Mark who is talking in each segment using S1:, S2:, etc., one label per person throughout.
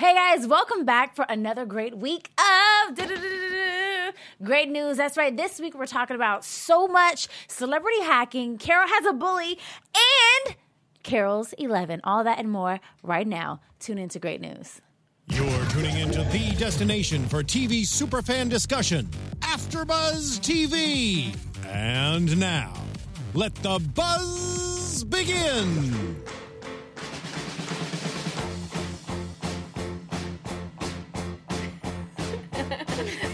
S1: Hey guys, welcome back for another great week of great news. That's right. This week we're talking about so much celebrity hacking. Carol has a bully and Carol's 11. All that and more right now. Tune into great news.
S2: You're tuning into the destination for TV superfan discussion, AfterBuzz TV. And now, let the buzz begin.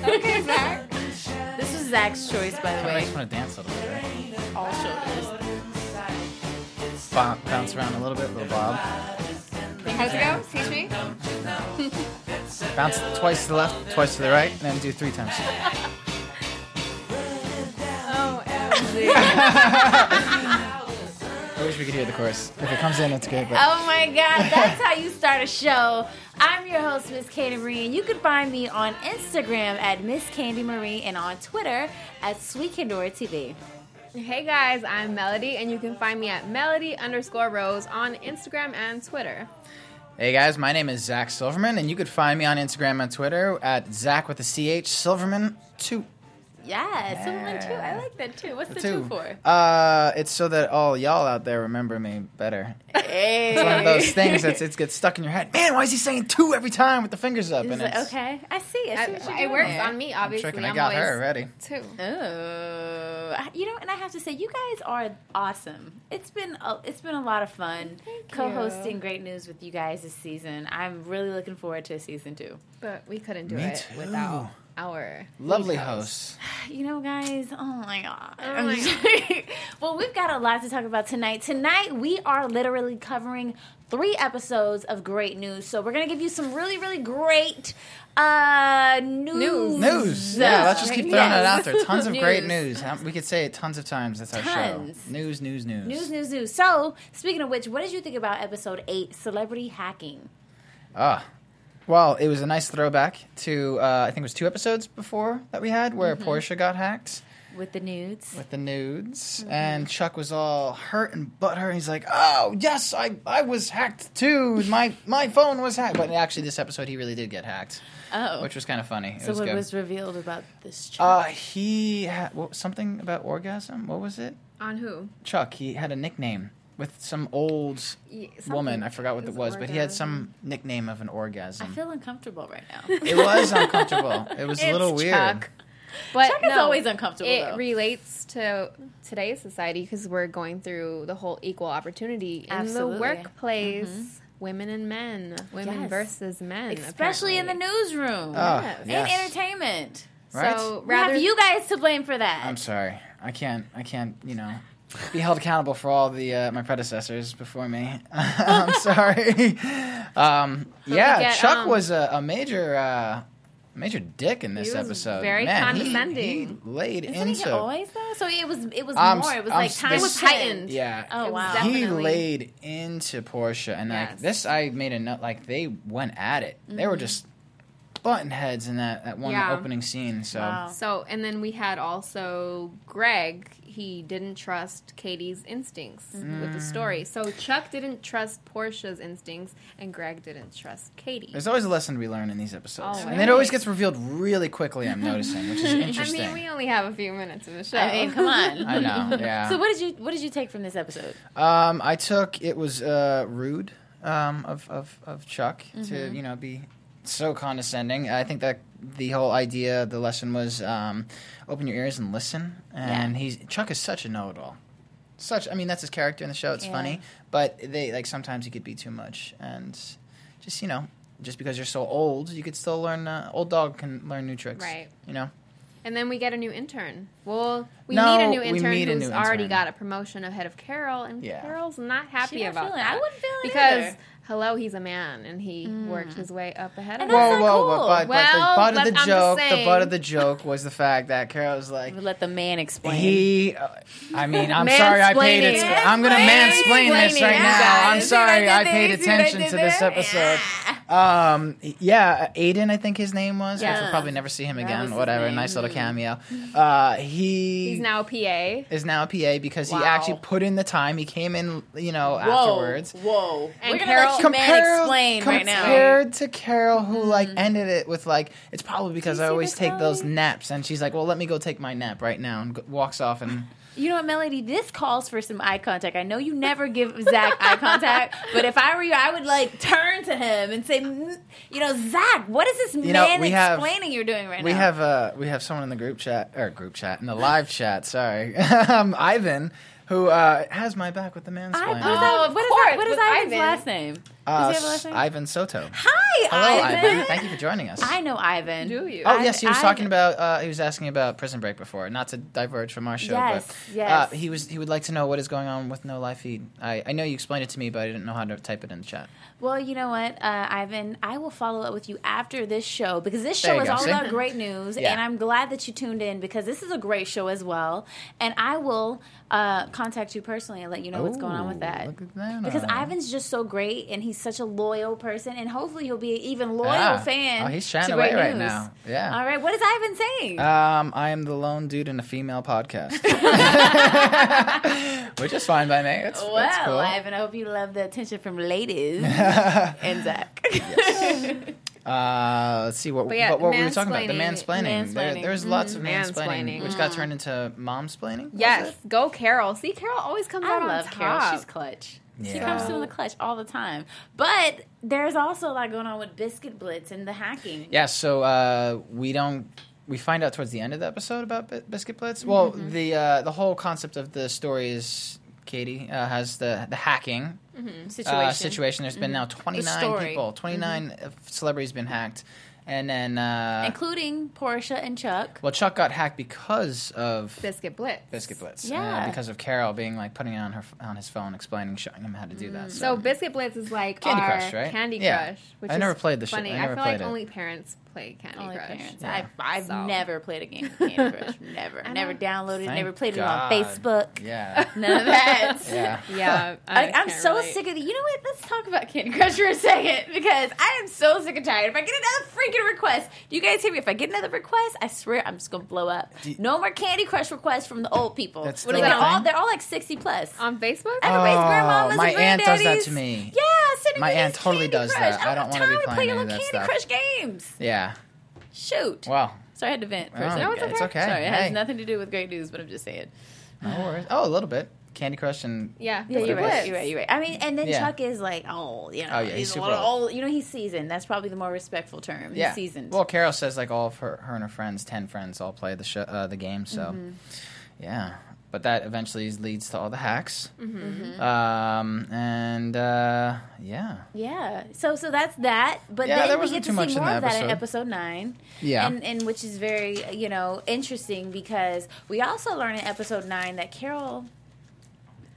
S3: Okay, Zach. This is Zach's choice, by the
S4: I
S3: way.
S4: just want to dance a little bit. right?
S3: All shoulders.
S4: Bop, bounce around a little bit, little bob.
S3: How's it go? Teach me.
S4: Bounce twice to the left, twice to the right, and then do three times.
S3: Oh, oh
S4: I wish we could hear the chorus. If it comes in, it's good. But
S1: Oh my God, that's how you start a show. I'm your host, Miss Candy Marie, and you can find me on Instagram at Miss Candy Marie and on Twitter at Sweet Candora TV.
S5: Hey guys, I'm Melody, and you can find me at Melody underscore Rose on Instagram and Twitter.
S4: hey guys, my name is Zach Silverman, and you could find me on Instagram and Twitter at Zach with a CH Silverman two.
S1: Yeah,
S5: Two and two. I
S4: Yeah.
S5: like that too. What's the, two.
S4: Two.
S5: for?
S4: Uh, it's so that all y'all out there remember me better. It's one of those things that's it gets stuck in your head. Man, why is he saying two every time with the fingers up? And
S1: It's like,
S4: it's
S1: okay, I see. I see
S5: I,
S1: what you're
S5: it
S1: doing
S5: works
S1: there.
S5: on me,
S4: I'm
S5: obviously.
S4: tricking.
S5: I'm
S4: I got
S5: always
S4: her already.
S5: two.
S1: Oh, I- you know, and I have to say, you guys are awesome. It's been a, it's been a lot of fun co-hosting Great News with you guys this season. I'm really looking forward to season two.
S5: But we couldn't do
S4: Me
S5: it
S4: too.
S5: without our
S4: Lovely
S5: lead
S4: host.
S1: You know, guys, oh my god.
S5: my
S1: well, we've got a lot to talk about tonight. Tonight, we are literally covering three episodes of Great News. So we're gonna give you some really, really great uh, news.
S4: News. Yeah, let's just keep throwing it
S1: Yes.
S4: out there. Tons of great
S5: News.
S4: news. How- We could say it tons of times. That's our
S1: Tons.
S4: show. News, news, news.
S1: News, news, news. So, speaking of which, what did you think about episode eight, celebrity hacking?
S4: Ah. Well, it was a nice throwback to, uh, I think it was two episodes before that we had where
S1: Mm-hmm.
S4: Portia got hacked
S1: With the nudes.
S4: with the nudes.
S1: Mm-hmm.
S4: And Chuck was all hurt and butthurt. And he's like, oh, yes, I, I was hacked too. My, my phone was hacked. But actually, this episode, he really did get hacked,
S1: Oh.
S4: which was kind of funny. It
S1: so
S4: was
S1: what
S4: good.
S1: was revealed about this chick?
S4: uh, he had what, something about orgasm. What was it?
S5: On who?
S4: Chuck, he had a nickname with some old
S5: Ye-
S4: woman.
S5: something.
S4: I forgot what it
S5: His
S4: was, but he had
S5: orgasm.
S4: some nickname of an
S1: I
S4: orgasm.
S1: feel uncomfortable right now.
S4: it was uncomfortable. It was a little
S1: It's
S4: weird.
S1: Chuck.
S5: But
S1: Chuck is always uncomfortable,
S5: It
S1: though.
S5: relates to today's society because we're going through the whole equal opportunity in
S1: Absolutely. Mm-hmm.
S5: the workplace. Women and men, women
S1: Yes.
S5: versus men,
S1: Especially in the
S5: apparently.
S1: newsroom.
S4: Oh,
S5: Yes. And
S1: and
S4: yes.
S1: entertainment.
S4: Right?
S5: So
S1: We have
S5: rather,
S1: you guys to blame for that.
S4: I'm sorry. I can't. I can't. You know, be held accountable for all the uh, my predecessors before me. I'm sorry. Um, yeah,
S5: get,
S4: Chuck
S5: um,
S4: was a, a major. Uh, Major dick in this
S5: He was
S4: episode.
S5: very
S4: Man, he-
S5: condescending.
S4: He, laid
S1: Isn't
S4: into
S1: it always though? So it was it was
S4: I'm
S1: more.
S4: s-
S1: It was
S4: I'm
S1: like
S4: s-
S1: time
S4: this-
S5: was heightened.
S4: Yeah.
S1: Oh
S5: It was
S1: wow.
S5: definitely-
S4: he laid into Portia, and like
S5: Yes. Mm-hmm.
S4: this, I made a note. Like they went at it. They were just button heads in that that one
S5: Yeah.
S4: opening scene. So
S1: Wow.
S5: So, and then we had also Greg. He didn't trust Katie's instincts with
S4: Mm.
S5: the story. So Chuck didn't trust Portia's instincts, and Greg didn't trust Katie.
S4: there's always a lesson we learn in these episodes, and it
S5: Always.
S4: always gets revealed really quickly. I'm noticing, which is
S5: Oh, I
S4: interesting.
S5: mean, we only have a few minutes of the show.
S1: I mean, come on.
S4: I know. Yeah.
S1: So what did you what did you take from this episode?
S4: Um, I took it was uh, rude um, of, of of Chuck to
S5: Mm-hmm.
S4: you know be so condescending. I think that the whole idea, the lesson was um, open your ears and listen. And he's Chuck is such a know-it-all. Such, I mean, that's his character in the show. It's
S1: Yeah.
S4: funny, but they like sometimes he could be too much, and just you know, just because you're so old, you could still learn. Uh, old dog can learn new tricks,
S5: Right.
S4: You know.
S5: And then we get a new intern. Well, we
S4: No,
S5: need a new
S4: we
S5: intern
S4: need a
S5: who's
S4: new
S5: already
S4: intern.
S5: got a promotion ahead of Carol, and
S4: Yeah.
S5: Carol's not happy
S1: She not
S5: about
S1: feeling it.
S5: that.
S1: I wouldn't feel it
S5: because
S1: either. Mm.
S5: hello, he's a man, and he worked his way up ahead
S1: And
S5: of
S1: that's
S5: us.
S1: not
S4: Whoa, whoa,
S1: cool.
S4: whoa! But,
S5: Well,
S4: but the butt of
S5: but
S4: the
S5: I'm just
S4: joke, the
S5: saying.
S4: butt of the joke was the fact that Carol was like,
S1: We'll Let the man explain.
S4: He, uh, I mean, I'm sorry I paid it.
S5: Mansplaining.
S4: I'm gonna
S5: Mansplaining.
S4: mansplain this right
S5: Mansplaining,
S4: now. I'm
S1: guys. See what I
S4: sorry
S1: did
S4: I
S1: there?
S4: paid
S1: See what I
S4: attention
S1: did
S4: to this
S1: there?
S4: episode. Um, yeah, Aiden, I think his name was. which
S1: Yeah.
S4: We'll probably never see him
S1: That was
S4: again.
S1: his
S4: Whatever,
S1: name.
S4: nice little cameo. Uh, he
S5: he's now PA.
S4: is now a PA because
S3: Wow.
S4: he actually put in the time. He came in, you know, afterwards.
S3: Whoa.
S5: And
S3: We're going
S5: Carol-
S3: to let you man explain right now.
S4: Compared to Carol, who like ended it with like, it's probably because
S5: you
S4: I
S5: see
S4: always
S5: this,
S4: take those
S5: Molly?
S4: naps, and she's like, well, let me go take my nap right now, and g- walks off and.
S1: You know what, Melody? This calls for some eye contact. I know you never give Zach eye contact, but if I were you, I would like turn to him and say, "Mm, you know, Zach, what is this
S4: know,
S1: man
S4: we have-
S1: explaining you're doing right
S4: We
S1: now?
S4: have uh, we have someone in the group chat or group chat in the live chat. Sorry, um, Ivan, who uh, has my back with the
S1: I, what is,
S4: mansplaining.
S1: that,
S5: Oh, of
S1: what is,
S5: course,
S1: that, what is
S5: with
S1: Ivan's
S5: Ivan.
S1: last name? Does
S4: Uh,
S1: he have a last name?
S4: Ivan Soto.
S1: Hi,
S4: Hello,
S1: Ivan.
S4: Ivan. Thank you for joining us.
S1: I know Ivan.
S5: Do you?
S4: Oh
S1: I-
S4: yes, he was
S1: I-
S4: talking about. Uh, he was asking about Prison Break before. Not to diverge from our show,
S1: Yes,
S4: but
S1: yes.
S4: Uh, he was. He would like to know what is going on with No Life Feed. I, I know you explained it to me, but I didn't know how to type it in the chat.
S1: Well, you know what, uh, Ivan? I will follow up with you after this show because this
S4: There
S1: show
S4: you
S1: is
S4: go.
S1: all
S4: See?
S1: about great news,
S4: Yeah.
S1: and I'm glad that you tuned in because this is a great show as well. And I will uh, contact you personally and let you know what's going on with
S4: Ooh,
S1: that.
S4: Oh, look at that.
S1: Because Ivan's just so great, and he's such a loyal person, and hopefully he'll be an even loyal
S4: Yeah.
S1: fan.
S4: Oh, he's shining
S1: to
S4: away
S1: great
S4: right
S1: news.
S4: now. Yeah.
S1: All right, what is Ivan saying?
S4: Um, I am the lone dude in a female podcast, which is fine by me. It's,
S1: well,
S4: that's cool.
S1: Ivan, I hope you love the attention from ladies and Zach.
S4: Uh, let's see what,
S5: But yeah,
S4: what, what we were talking about. The
S1: mansplaining.
S4: mansplaining. There, there's lots of mansplaining,
S5: Mansplaining.
S4: which got turned into momsplaining. was
S5: Yes,
S4: it?
S5: go Carol. See, Carol always comes
S1: I
S5: out
S1: love
S5: on
S1: Carol.
S5: top.
S1: She's clutch. She
S4: Yeah.
S1: comes through in the clutch all the time. But there's also a lot going on with Biscuit Blitz and the hacking.
S4: Yeah, so uh, we don't. We find out towards the end of the episode about Bi- Biscuit Blitz. Well, the uh, the whole concept of the story is Katie uh, has the the hacking
S1: Situation.
S4: uh, situation. There's been now
S5: The
S4: 29
S5: story.
S4: people, 29 celebrities been hacked, and then uh,
S1: Including Portia and Chuck.
S4: well, Chuck got hacked because of
S5: Biscuit Blitz.
S4: Biscuit Blitz.
S1: Yeah.
S4: uh, because of Carol being like putting it on her f- on his phone, explaining, showing him how to do
S1: Mm,
S4: that.
S5: So Biscuit Blitz is like
S4: Candy
S5: our
S4: Crush, right?
S5: Candy
S4: Yeah.
S5: Crush. Which
S4: I
S5: is
S4: never played the shit.
S5: funny.
S4: I never
S5: feel
S4: played
S5: like
S4: it.
S5: only parents play Candy
S1: Only
S5: Crush.
S1: parents.
S4: Yeah.
S1: I, I've
S5: So-
S1: never played a game of Candy Crush. Never. never downloaded it.
S4: Thank
S1: Never played
S4: God.
S1: it on Facebook.
S4: yeah,
S1: None of that.
S4: yeah.
S5: Yeah,
S1: I, I'm so sick of the. You know what? Let's talk about Candy Crush for a second because I am so sick and tired. If I get another freaking request, do you guys hear me? If I get another request, I swear I'm just gonna blow up.
S4: Do-
S1: no more Candy Crush requests from the old people.
S4: That's
S1: When
S4: still
S1: they're
S4: a
S1: all
S4: thing?
S1: they're all like sixty plus.
S5: on Facebook. Uh,
S1: Everybody's
S4: Oh,
S1: grandmamas
S4: my
S1: and
S4: aunt does that
S1: granddaddies.
S4: to me.
S1: Yeah, send
S4: My
S1: me
S4: aunt
S1: these
S4: totally
S1: Candy
S4: does
S1: Crush.
S4: that. I don't
S1: have
S4: wanna be
S1: time to play
S4: playing
S1: your
S4: any
S1: little
S4: of
S1: Candy
S4: that
S1: Crush games.
S4: yeah.
S1: Shoot.
S4: Wow.
S1: Sorry, I had to vent for a
S4: Oh,
S1: second.
S4: No,
S5: it's
S1: guys.
S5: okay.
S4: okay.
S1: Sorry, it has
S4: Hey.
S1: nothing to do with great news, but I'm just saying.
S4: No worries. Oh, a little bit. Candy Crush and
S5: Yeah,
S1: Yeah, you're
S4: Blitz.
S1: right. You're right. You're right. I mean, and then
S4: Yeah.
S1: Chuck is like, oh, you know,
S4: Oh, yeah,
S1: he's,
S4: he's
S1: a
S4: super
S1: little
S4: old.
S1: old. You know, he's seasoned. That's probably the more respectful term. He's seasoned.
S4: Well, Carol says like all of her, her and her friends, ten friends, all play the show, uh, the game. So,
S1: Mm-hmm.
S4: yeah. But that eventually leads to all the hacks.
S1: Mm-hmm.
S4: Um, and uh, yeah,
S1: yeah. So, so that's that. But
S4: Yeah,
S1: then
S4: there
S1: we
S4: wasn't
S1: get to
S4: too much
S1: see
S4: in
S1: more
S4: the
S1: of that in
S4: episode.
S1: episode nine.
S4: Yeah.
S1: And, and which is very, you know, interesting because we also learn in episode nine that Carol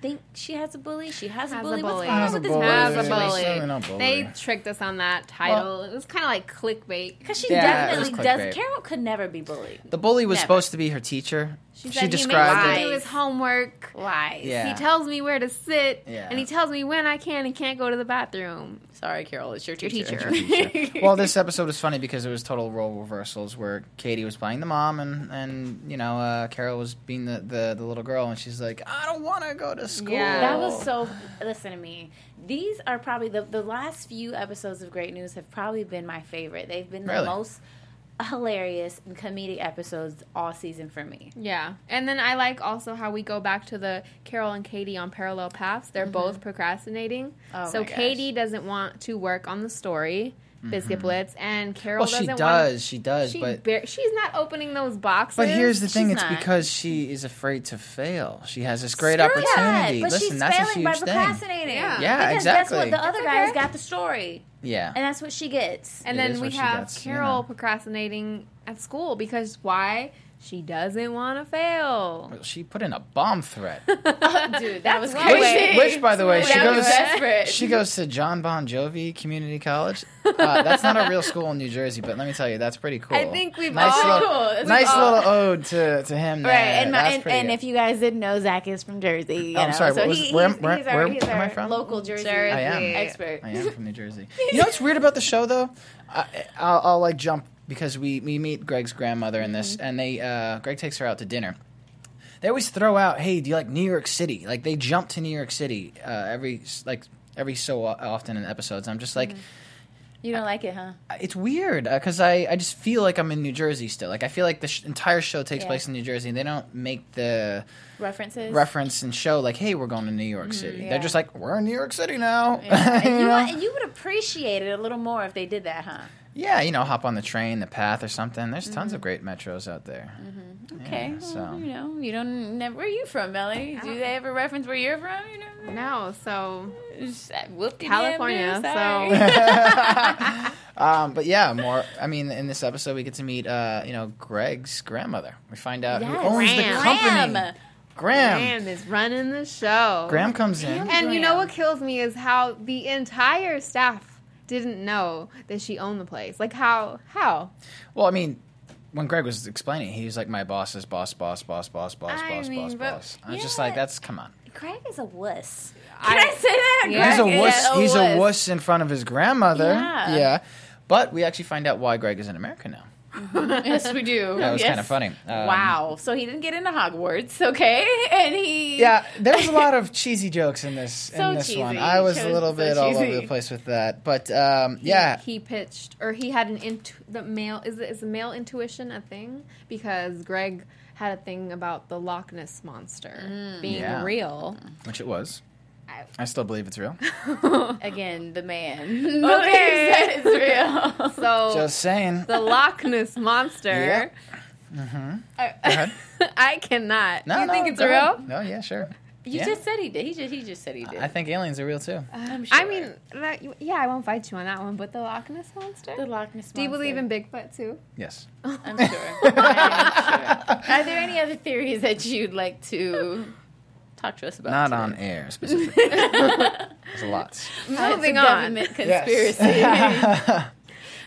S1: thinks she has a bully. She has, a
S5: Has a
S1: bully.
S5: bully.
S1: What's wrong
S5: Has
S1: with
S4: a
S1: this
S4: bully.
S5: Has a
S4: Bully. Certainly not
S5: bully.
S4: bully.
S5: They tricked us on that title. it was kind of like clickbait.
S1: Because she
S4: Yeah, it was
S1: definitely does.
S4: clickbait.
S1: Carol could never be bullied.
S4: the bully was
S1: Never.
S4: supposed to be her teacher. She,
S1: said he
S4: described
S1: made
S4: it.
S1: lies.
S5: do his homework.
S1: Lies.
S4: Yeah.
S5: He tells me where to sit,
S4: Yeah.
S5: and he tells me when I can and can't go to the bathroom.
S1: Sorry, Carol. It's your teacher.
S5: teacher.
S4: well, this episode was funny because it was total role reversals where Katie was playing the mom and, and you know uh, Carol was being the, the, the little girl and she's like, I don't want to go to school.
S5: Yeah.
S1: That was
S4: Oh.
S1: so. Listen to me. These are probably the the last few episodes of Great News have probably been my favorite. They've been the
S4: Really?
S1: most hilarious and comedic episodes all season for me.
S5: Yeah. And then I like also how we go back to the Carol and Katie on parallel paths. They're both procrastinating.
S1: Mm-hmm. Oh
S5: so
S1: my gosh.
S5: Katie doesn't want to work on the story,
S1: Mm-hmm.
S5: Biscuit Blitz, and Carol
S4: Well,
S5: doesn't
S4: she
S5: want
S4: does, she does,
S5: She
S4: but
S5: bar- she's not opening those boxes.
S4: but here's the thing:
S1: she's
S4: it's
S1: not.
S4: because she is afraid to fail. She has this great
S1: Screw
S4: opportunity.
S1: that, But
S4: Listen,
S1: she's
S4: that's
S1: failing
S4: a
S1: by
S4: huge thing.
S1: procrastinating.
S5: Yeah.
S4: Yeah,
S1: because
S4: exactly.
S1: That's what the other
S5: It's
S1: guys
S5: okay.
S1: got the story,
S4: Yeah,
S1: and that's what she gets.
S5: And
S4: It
S5: then
S4: is
S5: we
S4: what she
S5: have
S4: gets, you
S5: Carol
S4: know.
S5: procrastinating at school because why? She doesn't want to fail.
S4: she put in a bomb threat.
S1: Dude, that was
S5: Wait,
S4: which,
S5: wait.
S4: which, by the way, she
S1: That was
S4: goes.
S1: desperate.
S4: She goes to John Bon Jovi Community College. Uh, that's not a real school in New Jersey, but let me tell you, that's pretty cool.
S5: I think we've
S4: nice
S5: all-
S4: little,
S1: Cool. It's
S4: nice
S1: all-
S4: little ode to, to him. There.
S1: Right, and, my,
S4: That's
S1: and,
S4: pretty
S1: and
S4: good.
S1: if you guys didn't know, Zach is from Jersey. you
S4: I'm
S1: know,
S4: sorry,
S1: so
S4: what was-
S1: he,
S4: where-
S1: he's,
S4: where-
S1: he's our,
S4: where
S1: he's
S4: am I
S1: our
S4: from?
S1: Local Jersey,
S5: Jersey.
S4: am.
S1: expert.
S4: I am from New Jersey. You know what's weird about the show though? I, I'll, I'll like
S1: Mm-hmm.
S4: jump because we we meet Greg's grandmother in this, and they uh, Greg takes her out to dinner. They always throw out, "Hey, do you like New York City?" Like they jump to New York City uh, every like every so o- often in episodes. I'm just like,
S1: Mm-hmm. You don't like it, huh?
S4: it's weird because I, I just feel like I'm in New Jersey still. Like I feel like the sh- entire show takes
S1: Yeah.
S4: place in New Jersey. and They don't make the
S1: References.
S4: reference and show like, "Hey, we're going to New York City."
S1: yeah.
S4: They're just like, "We're in New York City now."
S1: Yeah.
S4: you
S1: you,
S4: know?
S1: would- you would appreciate it a little more if they did that, huh?
S4: yeah, you know, hop on the train, the path, or something. There's tons of great metros out there.
S1: Okay.
S4: Yeah,
S1: well,
S4: so-
S1: you know, you don't. Never, where are you from, Melanie? Do they ever reference where you're from? You know,
S5: No, so
S1: Just, uh, whoop-de-doo,
S5: California,
S1: sorry.
S4: Um, but yeah, more. I mean, in this episode, we get to meet, uh, you know, Greg's grandmother. We find out who
S1: Yes.
S4: owns the
S5: Graham.
S4: company.
S1: Graham.
S4: Graham. Graham.
S5: Graham is running the show.
S4: comes in.
S5: And you know
S1: Graham.
S5: what kills me is how the entire staff didn't know that she owned the place. Like how how?
S4: Well, I mean, when Greg was explaining, he was like, "My boss is boss, boss, boss, boss, boss,
S5: I
S4: boss,
S5: mean,
S4: boss,
S5: but-
S4: boss." I was
S1: Yeah.
S4: just like, "That's come on."
S1: Craig is a wuss. Can I, say that?
S5: Yeah.
S4: He's a
S1: Greg is
S4: wuss. He's a
S1: wuss.
S4: wuss in front of his grandmother.
S1: Yeah.
S4: But we actually find out why Greg is in America now.
S1: Yes, we do.
S4: That was
S1: Yes.
S4: kind of funny. Um,
S1: wow. So he didn't get into Hogwarts, okay? And he.
S4: Yeah, there was a lot of cheesy jokes in this
S1: So
S4: in this one.
S1: cheesy.
S4: I was
S1: It
S4: a
S1: was
S4: little
S1: so
S4: bit all over
S1: cheesy.
S4: the place with that, but um, yeah,
S5: He, he pitched or he had an int the male is is male intuition a thing because Greg had a thing about the Loch Ness monster being
S4: Yeah.
S5: real.
S4: which it was. I still believe it's real.
S1: Mm. Again, the man. Okay. that is real.
S5: So
S4: Just saying.
S5: the Loch Ness monster.
S4: Mm-hmm. ahead.
S5: I, I cannot.
S4: No,
S5: you
S4: no,
S5: think it's
S4: go
S5: real?
S4: ahead. No, yeah, sure.
S1: You
S4: Yeah.
S1: just said he did. He just, he just said he did.
S4: I think aliens are real too.
S1: I'm
S5: I mean, that, yeah, I won't fight you on that one, but the Loch Ness monster.
S1: the Loch Ness
S5: Do you believe in
S1: Monster.
S5: Bigfoot too?
S4: Yes.
S1: I'm sure. I am sure. Are there any other theories that you'd like to talk to us about?
S4: Not on air specifically. There's lots.
S5: Moving
S1: it's a
S5: on.
S1: government
S4: Yes.
S1: conspiracy,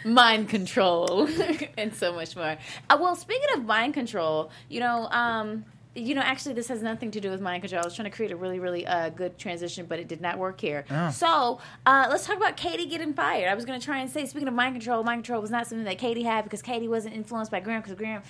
S1: mind control, and so much more. Uh, well, speaking of mind control, you know, um, you know, actually, this has nothing to do with mind control. I was trying to create a really, really uh, good transition, but it did not work here.
S4: Oh.
S1: So uh, let's talk about Katie getting fired. I was going to try and say, speaking of mind control, mind control was not something that Katie had because Katie wasn't influenced by Graham because Graham.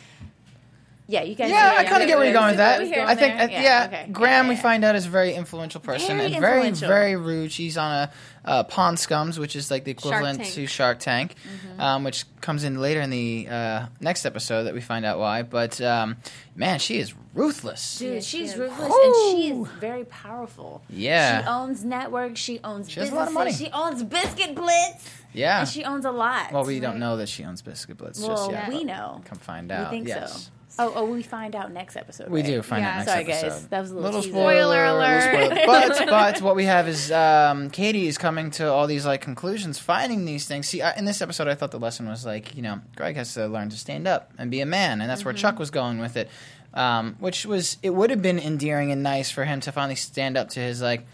S1: Yeah, you guys.
S4: Yeah, I
S1: you
S4: kind of
S1: guys-
S4: get where you're going with that.
S1: we hear
S4: I think, uh,
S1: there.
S4: yeah,
S1: okay.
S4: Graham,
S1: Yeah,
S4: we
S1: yeah.
S4: find out is a very influential person
S1: Very
S4: and very,
S1: influential.
S4: very rude. She's on a uh, Pawn Scums, which is like the equivalent
S5: Tank.
S4: to Shark Tank,
S1: Mm-hmm.
S4: um, which comes in later in the uh, next episode that we find out why. But um, man, she is ruthless.
S1: Dude, she's ruthless and she is very powerful.
S4: Yeah.
S1: She owns networks, she owns
S4: She has
S1: businesses,
S4: a lot of money.
S1: she owns Biscuit Blitz,
S4: yeah.
S1: and she owns a lot.
S4: well, we don't know that she owns Biscuit Blitz just
S1: Well,
S4: yet.
S1: we
S4: but
S1: know.
S4: Come find
S1: We
S4: out.
S1: think
S4: yes.
S1: so. Oh, oh, we find out next episode.
S4: We
S1: right?
S4: do find
S5: Yeah.
S4: out next
S1: Sorry, guys.
S4: episode.
S1: That was a little teaser.
S5: Spoiler
S4: little
S5: alert.
S4: spoiler. But but what we have is um, Katie is coming to all these like conclusions, finding these things. See, I, in this episode, I thought the lesson was like you know Greg has to learn to stand up and be a man, and that's
S5: Mm-hmm.
S4: where Chuck was going with it. Um, which was it would have been endearing and nice for him to finally stand up to his like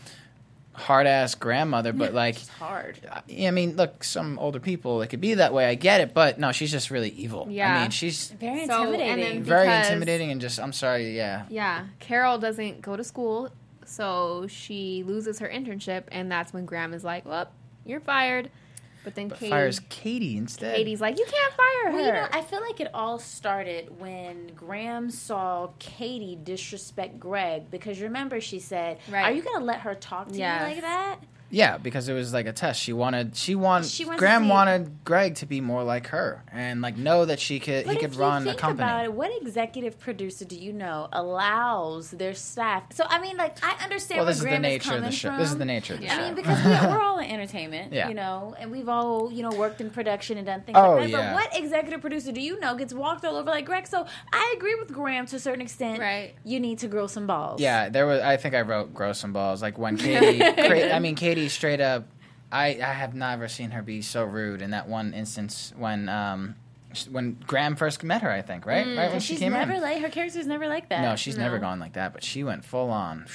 S4: hard ass grandmother, but like
S1: It's hard.
S4: I mean, look, some older people it could be that way. I get it, but no, she's just really evil. I
S5: Yeah.
S4: mean, she's
S1: Very
S5: So, and then-
S1: intimidating.
S5: Because-
S4: very intimidating and just I'm sorry, yeah,
S5: Yeah, Carol doesn't go to school, so she loses her internship, and that's when Graham is like, "Well, you're fired." But then
S4: but
S5: Katie,
S4: fires Katie instead.
S5: Katie's like, "You can't fire her."
S1: Well, you know, I feel like it all started when Graham saw Katie disrespect Greg because remember she said,
S5: Right.
S1: "Are you going to let her talk to
S5: Yes.
S1: you like that?"
S4: Yeah, because it was like a test. She wanted she wanted
S1: She wants to
S4: Graham
S1: see-
S4: wanted Greg to be more like her and like know that she could he
S1: But
S4: could
S1: if
S4: run
S1: you
S4: a
S1: think
S4: company.
S1: About it, what executive producer do you know allows their staff? So I mean, like I understand
S4: well,
S1: where
S4: this is the
S1: Graham is
S4: nature
S1: coming
S4: of the show.
S1: from.
S4: This is the nature of the
S1: I
S4: show.
S1: mean, because we're, we're all in entertainment,
S4: Yeah.
S1: you know, and we've all, you know, worked in production and done things
S4: Oh,
S1: like that.
S4: yeah.
S1: But what executive producer do you know gets walked all over like Greg? So I agree with Graham to a certain extent.
S5: Right.
S1: You need to grow some balls.
S4: yeah, there was I think I wrote gross some balls like when Katie cra- I mean Katie straight up I I have never seen her be so rude in that one instance when um sh- when Graham first met her, I think, right? right when
S1: Mm, And
S4: she
S1: she's
S4: came
S1: never
S4: in.
S1: like her character's never like that.
S4: no, she's never gone like that, but she went full on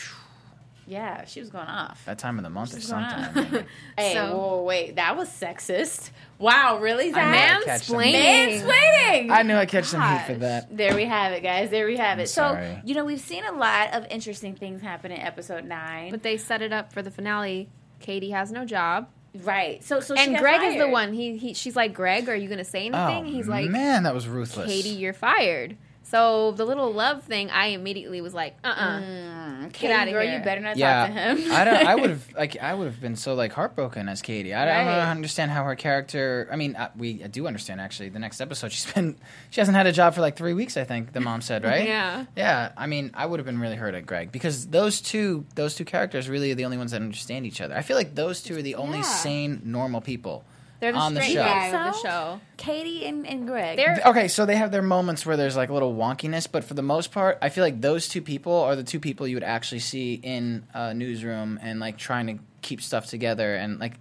S1: yeah, she was going off.
S4: that time of the month
S1: She's
S4: or
S1: gone
S4: something. I mean.
S1: Hey,
S5: So-
S1: whoa, wait, that was sexist. Wow, really,
S4: I knew
S1: Zach?
S4: I'd catch some heat.
S5: Mansplaining.
S1: Mansplaining.
S4: I knew I'd catch some heat for that.
S1: There we have it, guys. There we have it. So,
S4: sorry.
S1: you know, we've seen a lot of interesting things happen in episode nine.
S5: But they set it up for the finale. Katie has no job,
S1: right. So, so she
S5: and
S1: got
S5: Greg is the
S1: fired.
S4: Oh,
S5: one. He, he she's like, "Greg, are you going to say anything?" He's like,
S4: man, that was ruthless.
S5: "Katie, you're fired." So the little love thing, I immediately was like, uh uh
S1: Mm.
S3: Katie,
S5: outta
S3: girl,
S5: here.
S3: you better not
S4: yeah,
S3: talk to him.
S4: I don't. I would have like I would have been so like heartbroken as Katie. I, I
S5: Right.
S4: don't understand how her character. I mean, I, we I do understand actually. The next episode, she's been she hasn't had a job for like three weeks. I think the mom said right.
S5: Yeah.
S4: Yeah. I mean, I would have been really hurt at Greg because those two those two characters really are the only ones that understand each other. I feel like those two are the only
S5: Yeah.
S4: sane normal people.
S5: They're the
S4: On the
S5: straight
S4: show.
S5: guy
S1: You
S5: of
S1: think
S5: the show.
S1: Katie and, and Greg.
S5: They're
S4: Okay, so they have their moments where there's like a little wonkiness, but for the most part, I feel like those two people are the two people you would actually see in a newsroom and like trying to keep stuff together and like.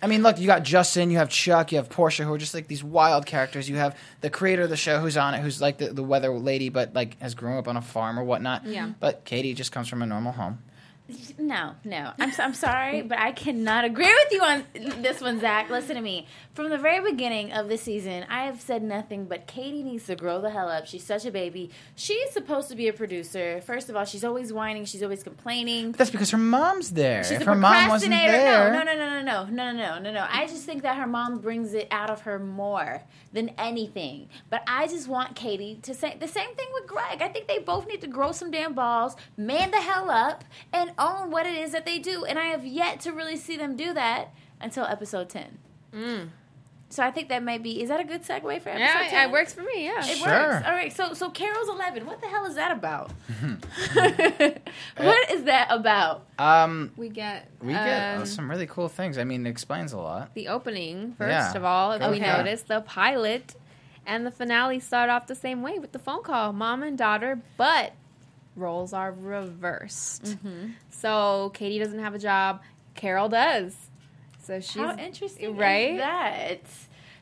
S4: I mean, look, you got Justin, you have Chuck, you have Portia, who are just like these wild characters. You have the creator of the show who's on it, who's like the, the weather lady, but like has grown up on a farm or whatnot.
S5: Yeah.
S4: But Katie just comes from a normal home.
S1: No, no. I'm, so- I'm sorry, but I cannot agree with you on this one, Zach. Listen to me. From the very beginning of this season, I have said nothing but Katie needs to grow the hell up. She's such a baby. She's supposed to be a producer. First of all, she's always whining. She's always complaining.
S4: But that's because her mom's there.
S1: She's
S4: if
S1: a
S4: her mom wasn't
S1: procrastinator.
S4: there,
S1: No, no, no, no, no, no, no, no, no, no. I just think that her mom brings it out of her more than anything. But I just want Katie to say the same thing with Greg. I think they both need to grow some damn balls, man the hell up, and own what it is that they do. And I have yet to really see them do that until episode ten. So I think that may be. Is that a good segue for episode
S5: yeah,
S1: ten?
S5: it works for me. Yeah,
S1: It
S4: Sure.
S1: works. All right. So so Carol's eleven. What the hell is that about? what is that about?
S4: Um,
S5: we get
S4: we get
S5: um,
S4: some really cool things. I mean, it explains a lot.
S5: the opening first
S4: Yeah.
S5: of all. If
S4: Go
S5: we
S4: for it.
S5: notice the pilot and the finale start off the same way with the phone call, mom and daughter, but roles are reversed.
S1: Mm.
S5: So Katie doesn't have a job, Carol does. So she's
S1: How interesting
S5: right?
S1: is that?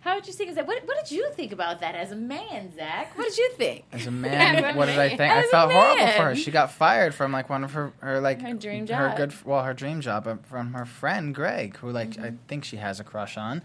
S1: How interesting is that? What, what did you think about that as a man, Zach? What did you think?
S4: As a man,
S5: but
S4: what did I
S5: man.
S4: think? I
S1: As a
S4: felt horrible for her.
S1: man.
S4: She got fired from like one of her, her like
S1: Her dream
S4: her
S1: job.
S4: good, well, her dream job uh, from her friend Greg, who like
S1: Mm-hmm.
S4: I think she has a crush on,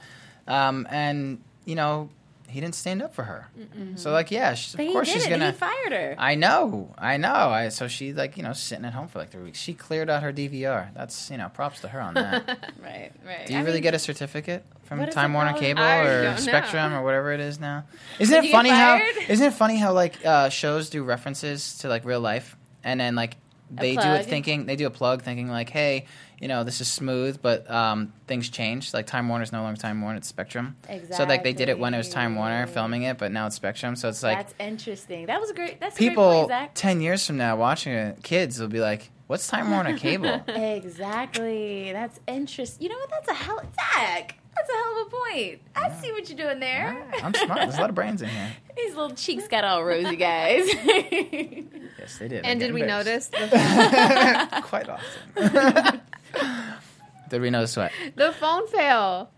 S4: um, and you know he didn't stand up for her. So like, yeah, she,
S1: But
S4: of
S1: he
S4: course
S1: did
S4: she's
S1: it.
S4: gonna.
S1: He fired her.
S4: I know, I know. I so she like you know sitting at home for like three weeks. She cleared out her DVR. That's you know props to her on that.
S1: right, right.
S4: Do you
S1: I
S4: really
S1: mean,
S4: get a certificate from
S1: what is
S4: Time
S1: it
S4: Warner
S1: called?
S4: Cable
S5: I don't
S4: or
S5: know.
S4: Spectrum or whatever it is now? Isn't
S5: you
S4: it
S5: get
S4: funny how
S5: fired?
S4: isn't it funny how like uh, shows do references to like real life and then like they do
S1: plug?
S4: it thinking they do a plug thinking like hey you know this is smooth but um, things change like Time Warner's no longer Time Warner it's Spectrum so like they did it when it was Time Warner
S1: Exactly.
S4: filming it but now it's Spectrum so it's like
S1: that's interesting. That was a great. That's a
S4: people
S1: great point, Zach.
S4: ten years from now watching it kids will be like what's Time Warner Cable
S1: exactly. That's interest. You know what? That's a hell, Zach. That's a hell of a point. I see what you're doing there.
S4: I'm smart there's a lot of brains in here
S1: His little cheeks got all rosy, guys.
S4: yes they did I
S5: and
S4: get
S5: did we
S4: embarrassed.
S5: notice the,
S4: quite often. Did we notice what?
S5: the phone fail?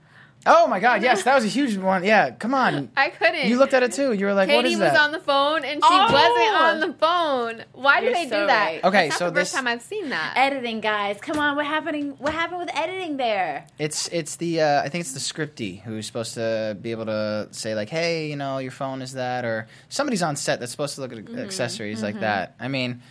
S4: Oh my god, yes, that was a huge one. Yeah, come on.
S5: I couldn't.
S4: You looked at it too. You were like, what
S5: Katie
S4: is
S5: was
S4: that?
S5: on the phone and she
S1: Oh!
S5: wasn't on the phone. Why do
S1: You're
S5: they do
S1: so
S5: that?
S1: right.
S4: Okay,
S5: That's not
S4: so
S5: the first
S4: this-
S5: time I've seen that.
S1: editing, guys. Come on. What happening? What happened with editing there?
S4: it's it's the uh, I think it's the scripty who's supposed to be able to say like, hey, you know, your phone is that, or somebody's on set that's supposed to look at
S5: Mm-hmm,
S4: accessories like that. I mean,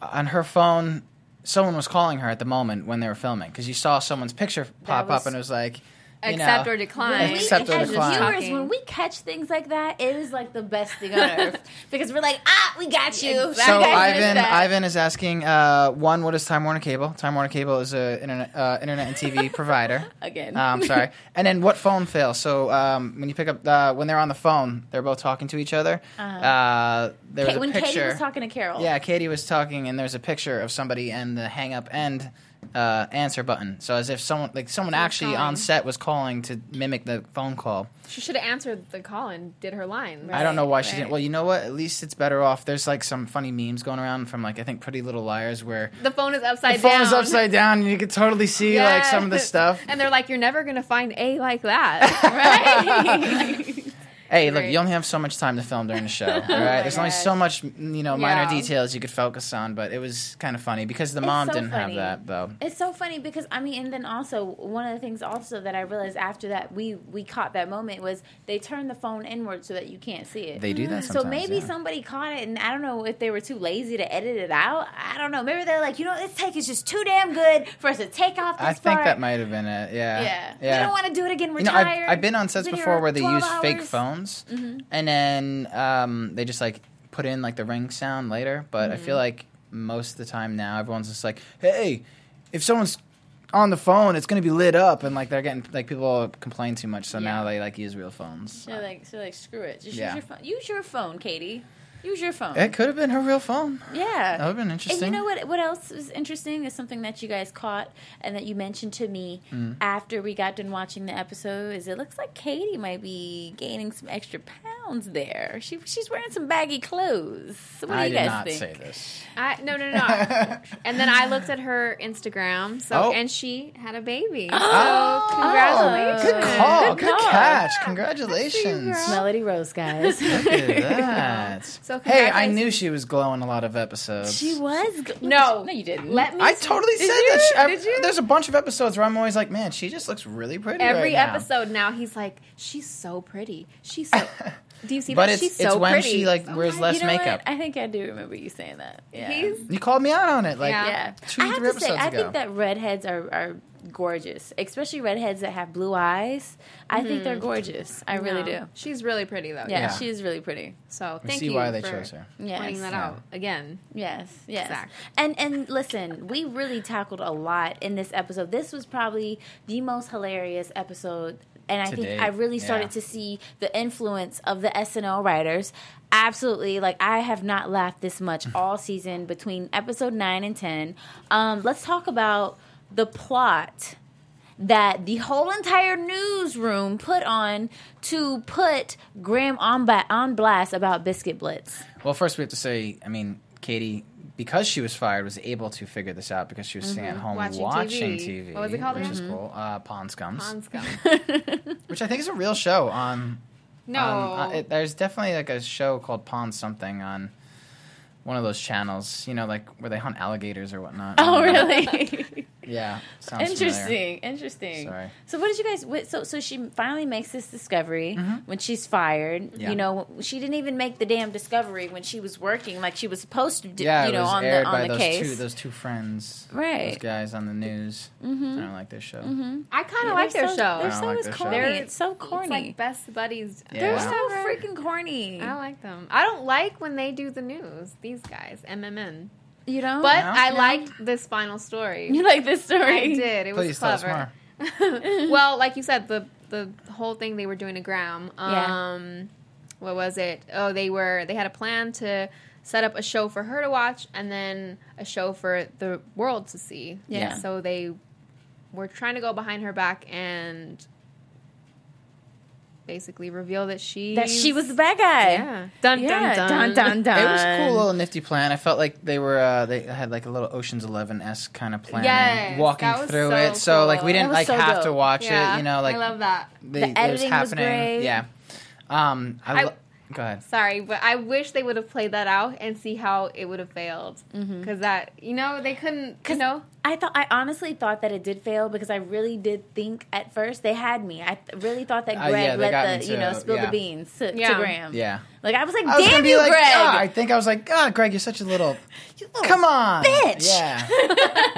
S4: on her phone, someone was calling her at the moment when they were filming because you saw someone's picture pop up
S1: was-
S4: and it was like, you
S5: Accept
S4: know,
S5: or
S1: When
S5: decline.
S1: we,
S4: Except
S1: as
S4: the clown.
S1: viewers, when we catch things like that, it is like the best thing on earth because we're like, ah, we got you.
S4: So
S1: You guys
S4: Ivan,
S1: missed that.
S4: Ivan is asking uh, one, what is Time Warner Cable? Time Warner Cable is a internet, uh, internet and TV provider.
S1: Again.
S4: um, sorry. And then what phone fails? So um, when you pick up uh, when they're on the phone, they're both talking to each other. uh there was
S1: Ka- Uh-huh.
S4: a
S1: when
S4: picture.
S1: Katie was talking to Carol,
S4: yeah, Katie was talking, and there's a picture of somebody and the hang up and uh, answer button. So as if someone like someone actually
S5: calling.
S4: on set was calling to mimic the phone call.
S5: She should have answered the call and did her line.
S4: I don't know why she
S5: Right.
S4: didn't. Well, you know what? At least it's better off. There's like some funny memes going around from like I think Pretty Little Liars where
S5: The phone is upside
S4: the phone
S5: down.
S4: is upside down and you can totally see like some of the
S5: Yes.
S4: stuff.
S5: And they're like, you're never going to find A like that.
S4: Hey, look,
S5: Right.
S4: you only have so much time to film during the show, all right? There's only so much, you know, minor
S5: Yeah.
S4: details you could focus on, but it was kind of funny because the
S1: It's
S4: mom
S1: so
S4: didn't
S1: funny.
S4: have that though.
S1: It's so funny because I mean, and then also one of the things also that I realized after that we we caught that moment was they turned the phone inward so that you can't see it.
S4: They do that
S1: So
S4: sometimes.
S1: maybe
S4: yeah.
S1: somebody caught it, and I don't know if they were too lazy to edit it out. I don't know. Maybe they're like, you know, this take is just too damn good for us to take off this
S4: I think
S1: part.
S4: that might have been it. Yeah.
S1: Yeah.
S4: Yeah.
S1: We don't want to do it again. We're
S4: you know,
S1: tired.
S4: I've, I've been on sets
S1: Been here
S4: before where they
S1: 12
S4: use fake
S1: hours.
S4: phones, and then um, they just like put in like the ring sound later, but
S1: Mm-hmm.
S4: I feel like most of the time now everyone's just like, hey, if someone's on the phone, it's gonna be lit up, and like they're getting like people complain too much, so now
S1: Yeah.
S4: they like use real phones.
S1: They're like, so like, screw it. Just
S4: Yeah.
S1: use your phone. Use your phone, Katie. Use your phone.
S4: It could have been her real phone.
S1: yeah.
S4: That would have been
S1: And
S4: interesting.
S1: you know what? What else is interesting is something that you guys caught and that you mentioned to me
S4: Mm.
S1: after we got done watching the episode. Is it looks like Katie might be gaining some extra pounds there. She she's wearing some baggy clothes. So what do
S4: I
S1: you
S4: did
S1: guys
S4: not
S1: think?
S4: say this.
S5: I, no, no, no. no. and then I looked at her Instagram, so
S4: Oh.
S5: and she had a baby. So congratulations!
S4: Good call.
S1: Uh, Good
S4: Good,
S1: call.
S4: catch. Congratulations.
S5: girl.
S1: Melody Rose, guys.
S4: Look at that. hey,
S5: So
S4: I
S5: congratulations.
S4: knew she was glowing a lot of episodes.
S1: she was. g-
S5: No.
S1: no, you didn't.
S5: Let me.
S4: I totally
S5: Did
S4: said that.
S5: you?
S4: She- I-
S5: Did you?
S4: There's a bunch of episodes where I'm always like, man, she just looks really pretty.
S5: Every
S4: right now."
S5: episode now, he's like, she's so pretty. She's so. Do you see
S4: But
S5: that?
S4: it's,
S5: she's
S4: it's
S5: so
S4: when
S5: pretty.
S4: she like wears less
S1: you know
S4: makeup.
S1: What? I think I do remember you saying that. Yeah.
S5: He's
S4: You called me out on it. Like,
S5: Yeah.
S1: yeah.
S4: Two,
S1: I have
S4: three
S1: to say,
S4: episodes
S1: I
S4: ago.
S1: think that redheads are, are gorgeous, especially redheads that have blue eyes. I think they're gorgeous. I really
S5: No,
S1: do. Mm. Yeah,
S5: She's really pretty though.
S4: Yeah.
S1: she is really pretty.
S5: So
S4: We
S5: thank
S4: see
S5: you
S4: why they
S5: for
S4: chose her.
S1: Yes.
S5: pointing that
S4: Yeah.
S5: out again.
S1: Yes, yes.
S5: Exactly.
S1: And and listen, we really tackled a lot in this episode. This was probably the most hilarious episode and I
S4: To
S1: think
S4: date,
S1: I really started
S4: yeah.
S1: to see the influence of the SNL writers. Absolutely. Like I have not laughed this much all season between episode 9 and 10. Um let's talk about the plot that the whole entire newsroom put on to put Graham on, ba- on blast about Biscuit Blitz.
S4: Well, first we have to say, I mean, Katie, because she was fired, was able to figure this out because she was sitting at home
S5: Mm-hmm. Watching
S4: watching,
S5: TV.
S4: TV.
S5: What was it called Mm-hmm.
S4: Which
S5: again?
S4: is cool. Uh, Pawn Scums,
S5: On scum.
S4: Um, which I think is a real show on
S5: No.
S1: Oh.
S4: Um, uh, it, there's definitely like a show called Pawn Something on one of those channels, you know, like where they hunt alligators or whatnot.
S1: Oh,
S4: I don't know.
S1: really?
S4: Yeah. Sounds familiar.
S1: interesting interesting
S4: Sorry.
S1: so what did you guys what, so so she finally makes this discovery when she's fired
S4: Mm-hmm. Yeah.
S1: you know she didn't even make the damn discovery when she was working like she was supposed to do,
S4: Yeah,
S1: you
S4: it
S1: know
S4: was
S1: on
S4: aired
S1: the on
S4: by
S1: the
S4: those
S1: case
S4: two those two friends, those
S1: right Mm-hmm.
S4: guys on the news. I don't like their show.
S5: I kind of like
S1: they're
S5: their
S1: so,
S5: show.
S1: they're
S4: I don't
S1: so
S4: like
S1: it's
S4: their show.
S1: corny
S5: They're-
S1: it's so corny Oh,
S5: It's like best buddies.
S1: they're
S4: Yeah.
S1: so freaking corny
S5: I don't like them. I don't like when they do the news. These guys, MMN.
S1: you know
S5: But
S4: No?
S5: I
S4: No.
S5: liked this final story.
S1: Oh, you like this story
S5: I did. It was
S4: Please tell us
S5: clever.
S4: more.
S5: well, like you said, the the whole thing they were doing to Graham.
S1: Yeah.
S5: Um What was it? Oh, they were they had a plan to set up a show for her to watch and then a show for the world to see.
S1: Yeah.
S5: So they were trying to go behind her back and basically reveal that she
S1: that she was the bad guy
S5: yeah dun,
S1: yeah
S5: dun
S1: dun dun dun
S4: It was a cool little nifty plan. I felt like they were uh, they had like a little Ocean's Eleven esque kind of plan,
S5: Yes,
S4: walking
S5: that was
S4: through
S5: so
S4: it. So like
S5: cool.
S4: we
S1: That
S4: didn't
S1: was
S4: like
S1: so
S4: have to
S1: dope.
S4: watch
S5: Yeah,
S4: it. You know, like
S5: I love that.
S4: they- it was
S1: editing was
S4: happening.
S1: great.
S4: Yeah. Um, I,
S5: I-
S4: lo- go ahead.
S5: Sorry, but I wish they would have played that out and see how it would have failed. Because
S1: Mm-hmm.
S5: that, you know, they couldn't. You know,
S1: I thought I honestly thought that it did fail because I really did think at first they had me. I th- really thought that
S4: Uh,
S1: Greg
S4: yeah, they got
S1: let
S4: me
S1: the you know
S4: too.
S1: spill the
S4: Yeah.
S1: beans to, to
S5: Yeah.
S1: Graham.
S4: Yeah.
S1: like I was like,
S4: I was
S1: damn
S4: gonna be
S1: you,
S4: like,
S1: Greg! Oh,
S4: "Ah," I think I was like, God, Greg, you're such a little. Come on,
S1: bitch.
S4: Yeah,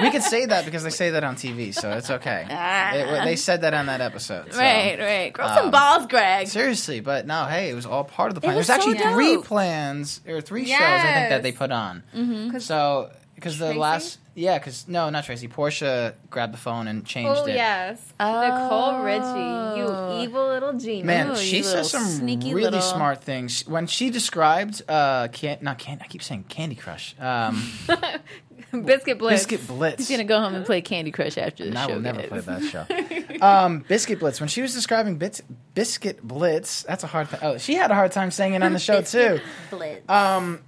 S4: we could say that because they say that on TV, so it's okay. They- they said that on that episode, so.
S1: Ah. right, right, grow some
S4: um,
S1: balls, Greg.
S4: Seriously, but no, hey, it was all part of the plan.
S1: was
S4: There's actually
S1: so dope.
S4: three plans or three shows I think
S5: Yes.
S4: that they put on. Mm-hmm. So because the
S5: Tracy?
S4: last, yeah, because no, not Tracy. Portia grabbed the phone and changed
S5: Oh
S4: it. Uh,
S5: yes,
S1: Oh.
S5: Nicole Richie, you evil little genius.
S4: Man,
S1: Ooh, Oh,
S4: she
S1: you little
S4: says some
S1: sneaky
S4: really
S1: little-
S4: smart things. When she described, uh, can not can I keep saying Candy Crush, um,
S5: Biscuit Bliss.
S4: Biscuit Blitz.
S1: He's gonna go home and play Candy Crush after the
S4: And I
S1: show.
S4: will never
S1: guys.
S4: play that show. um, Biscuit Blitz. When she was describing bits, Biscuit Blitz, that's a hard. Th- oh, she had a hard time saying it on the show too.
S1: Blitz.
S4: Um,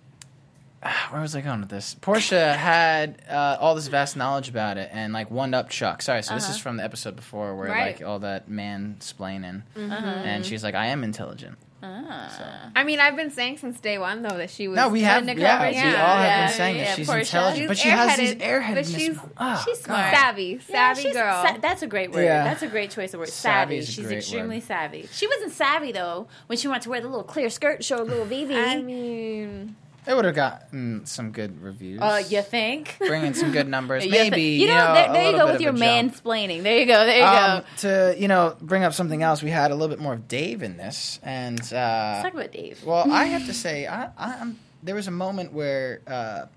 S4: ah, where was I going with this? Portia had uh, all this vast knowledge about it and like one up Chuck. Sorry, so this is from the episode before where
S5: Right.
S4: like all that mansplaining, and she's like, "I am intelligent."
S5: I mean, I've been saying since day one though that she was.
S4: No, we
S5: the
S4: have,
S5: Nicole
S4: yeah,
S5: Richie.
S4: we all have
S1: yeah,
S4: been saying
S1: yeah,
S4: that she's
S1: Portia.
S4: intelligent,
S5: She's
S4: but she has these
S5: airheaded,
S4: airheadedness.
S5: but she's-
S4: Ah,
S1: she's
S4: God.
S1: smart.
S5: savvy,
S1: Yeah,
S5: savvy
S1: she's-
S5: girl.
S1: sa- that's a great word.
S4: Yeah.
S1: That's a great choice of words. Savvy.
S4: Savvy is a
S1: She's
S4: great
S1: extremely
S4: word.
S1: savvy. She wasn't savvy though when she wanted to wear the little clear skirt, show a little VV.
S5: I mean,
S4: It would have gotten some good reviews.
S1: uh, you think?
S4: bringing some good numbers,
S1: You
S4: maybe.
S1: think-
S4: You know,
S1: there,
S4: a
S1: there you
S4: little
S1: go
S4: bit
S1: with
S4: of
S1: your
S4: a jump.
S1: mansplaining. There you go. There you
S4: Um,
S1: go.
S4: to you know, bring up something else. We had a little bit more of Dave in this, and uh,
S1: Let's talk about Dave.
S4: well, I have to say, I, I- I'm there was a moment where uh,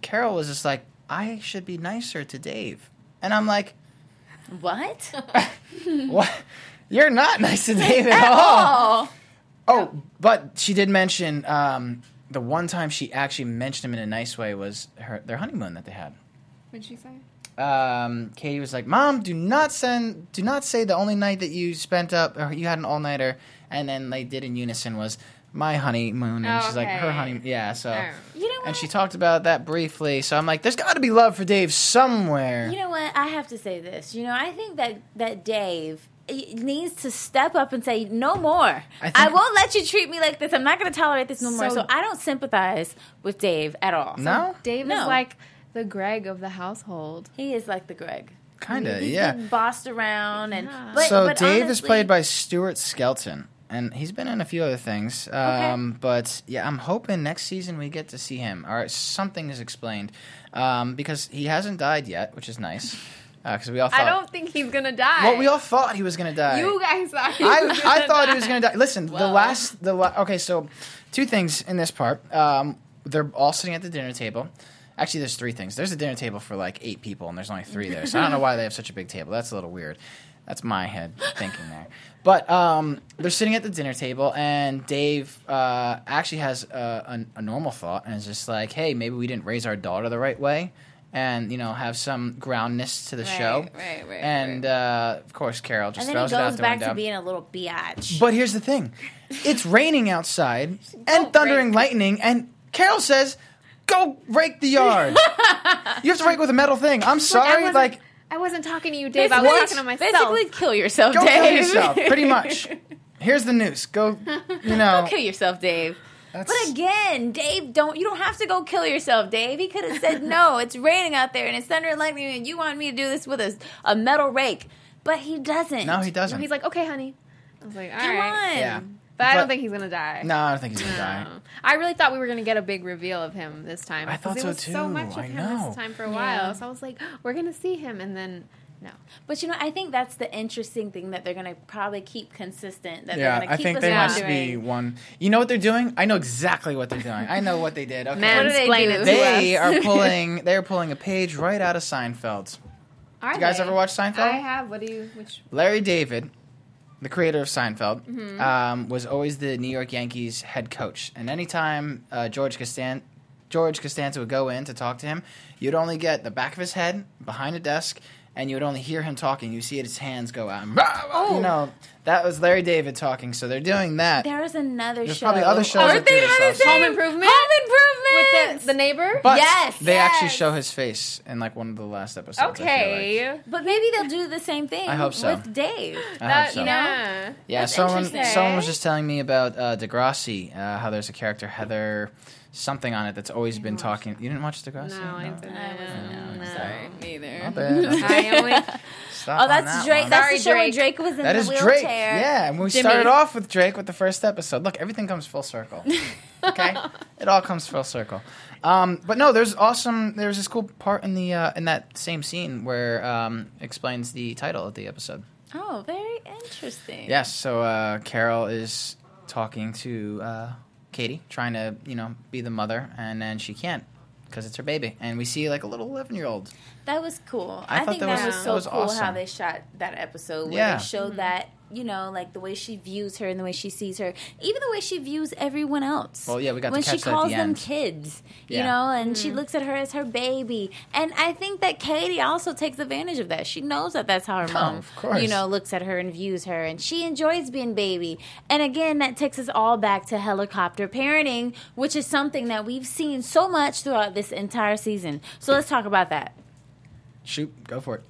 S4: Carol was just like, "I should be nicer to Dave," and I'm like,
S1: What? Mm.
S4: "What? You're not nice to Dave at all."
S5: Oh,
S4: Oh, but she did mention um, the one time she actually mentioned him in a nice way was her their honeymoon that they had.
S5: what'd she say?
S4: um, Katie was like, "Mom, do not send, do not say the only night that you spent up or you had an all nighter." And then they did in unison was my honeymoon, and
S5: Oh,
S4: she's like her
S5: okay.
S4: honeymoon, yeah. So,
S5: Alright.
S1: You know what?
S4: and she talked about that briefly. So I'm like, "There's got to be love for Dave somewhere."
S1: You know what? I have to say this. You know, I think that that Dave eh, needs to step up and say no more. I,
S4: think-
S1: won't let you treat me like this. I'm not going to tolerate this no more.
S5: So-
S1: So I don't sympathize with Dave at all.
S4: no,
S5: Dave is
S1: No.
S5: like the Greg of the household.
S1: he is like the Greg.
S4: kind of,
S1: He's
S4: yeah.
S1: been bossed around and
S5: Yeah.
S1: but,
S4: so
S1: but
S4: Dave is
S1: honestly-
S4: played by Stuart Skelton, and he's been in a few other things. Um, But yeah, I'm hoping next season we get to see him or something is explained um, because he hasn't died yet, which is nice. Because we all thought,
S5: I don't think he's gonna die.
S4: well, we all thought he was gonna die.
S5: you guys thought he
S4: I,
S5: was
S4: I
S5: gonna
S4: thought he
S5: die.
S4: was gonna die. Listen, the
S5: Well.
S4: last, the la- okay, so two things in this part. Um, they're all sitting at the dinner table. Actually, there's three things. There's a dinner table for like eight people, and there's only three there. So I don't know why they have such a big table. That's a little weird. That's my head thinking there. But um, they're sitting at the dinner table, and Dave uh, actually has a, a, a normal thought and is just like, "Hey, maybe we didn't raise our daughter the right way, and you know, have some groundness to the show."
S5: right, right,
S4: And uh, of course, Carol just
S1: And then he
S4: throws it out
S1: goes
S4: the
S1: back
S4: window.
S1: to being a little biatch.
S4: But here's the thing it's raining outside and
S5: Go
S4: thundering
S5: rake.
S4: lightning, and Carol says, Go rake the yard. you have to rake with a metal thing. I'm sorry.
S5: wasn't-
S4: Like,
S5: I wasn't talking to you, Dave. I
S4: Basically-
S5: was talking to myself.
S1: Basically, kill yourself,
S4: go
S1: Dave.
S4: kill yourself, pretty much. Here's the news. Go, you know.
S1: kill yourself, Dave.
S4: that's-
S1: But again, Dave, don't you don't have to go kill yourself, Dave. He could have said, "No, it's raining out there and it's thunder and lightning, and you want me to do this with a, a metal rake." But he doesn't.
S4: no, he doesn't.
S5: he's like, okay, honey. I was like, all right.
S1: "Come on."
S4: yeah.
S5: But I
S4: But-
S5: don't think he's gonna die.
S4: No, I don't think he's going to die.
S5: No. Um, I really thought we were going to get a big reveal of him this time.
S4: I
S5: 'cause
S4: thought
S5: it
S4: so
S5: was So
S4: too.
S5: much of
S4: I
S5: him
S4: know.
S5: this time for a
S1: Yeah.
S5: while. So I was like, we're going to see him, and then no.
S1: But you know, I think that's the interesting thing that they're going to probably keep consistent. That they're
S4: Yeah,
S1: going to
S4: I
S1: keep
S4: think
S1: us
S4: they
S1: on
S4: must be
S1: doing.
S4: one. You know what they're doing? I know exactly what they're doing. I know what they did. Okay.
S1: do they
S5: Mansplain
S1: do?
S5: it to
S4: They
S5: us.
S4: are pulling. They are pulling a page right out of Seinfeld's.
S5: Are
S4: You guys
S5: they?
S4: ever watch Seinfeld?
S5: I have. What do you? Which?
S4: Larry David, the creator of Seinfeld, um, was always the New York Yankees head coach. And anytime uh, George Costanza, George Costanza would go in to talk to him, you'd only get the back of his head behind a desk, and you would only hear him talking. You see his hands go out. And rah, rah, You know that was Larry David talking. So they're doing that.
S1: There is another
S4: There's
S1: show.
S4: probably other shows
S1: Are
S4: that
S1: they
S4: do this
S1: doing the
S4: also.
S1: same?
S5: Home Improvement?
S1: Home Improvement.
S5: With the, the neighbor?
S4: but
S1: Yes,
S4: they actually
S1: yes.
S4: show his face in like one of the last episodes. I feel like.
S5: okay.
S1: but maybe they'll do the same thing.
S4: I hope so.
S1: With Dave.
S4: I
S5: That-
S4: hope Oh, so.
S5: You know?
S4: Yeah,
S1: That's
S4: someone
S1: interesting.
S4: someone was just telling me about uh, Degrassi, uh, how there's a character Heather something on it that's always been talking. You didn't watch Degrassi?
S5: No, I didn't.
S1: I wasn't-
S5: No.
S1: sorry, neither.
S4: Not bad.
S5: I only,
S4: uh,
S5: uh,
S4: Stop
S1: Oh,
S4: on
S1: that's
S4: that
S1: Drake.
S4: one.
S1: That's
S5: Sorry,
S1: the show where
S5: Drake.
S1: Drake was in
S4: That
S1: the
S4: is
S1: wheelchair.
S4: Drake. Yeah, and we
S5: Jimmy.
S4: started off with Drake with the first episode. Look, everything comes full circle. Okay, it all comes full circle. Um, but no, there's awesome. There's this cool part in the uh, in that same scene where um, explains the title of the episode.
S1: Oh, very interesting.
S4: Yes, so uh, Carol is talking to uh, Katie, trying to, you know, be the mother, and then she can't because it's her baby. And we see like a little 11 year old.
S1: That was cool.
S4: I
S1: I,
S4: thought
S1: think
S4: that
S1: that,
S5: was-
S1: was
S5: that
S1: so
S4: was
S1: cool how
S4: awesome.
S1: they shot that episode where
S4: Yeah.
S1: they showed that, you know, like the way she views her and the way she sees her, even the way she views everyone else.
S4: Well, yeah, we got to
S1: When
S4: catch
S1: she
S4: that at
S1: calls
S4: the
S1: them
S4: end.
S1: kids, you
S4: Yeah.
S1: know, and she looks at her as her baby. And I think that Katie also takes advantage of that. She knows that that's how her mom,
S4: Oh, of course.
S1: you know, looks at her and views her and she enjoys being baby. And again, that takes us all back to helicopter parenting, which is something that we've seen so much throughout this entire season. So let's talk about that.
S4: Shoot, go for it.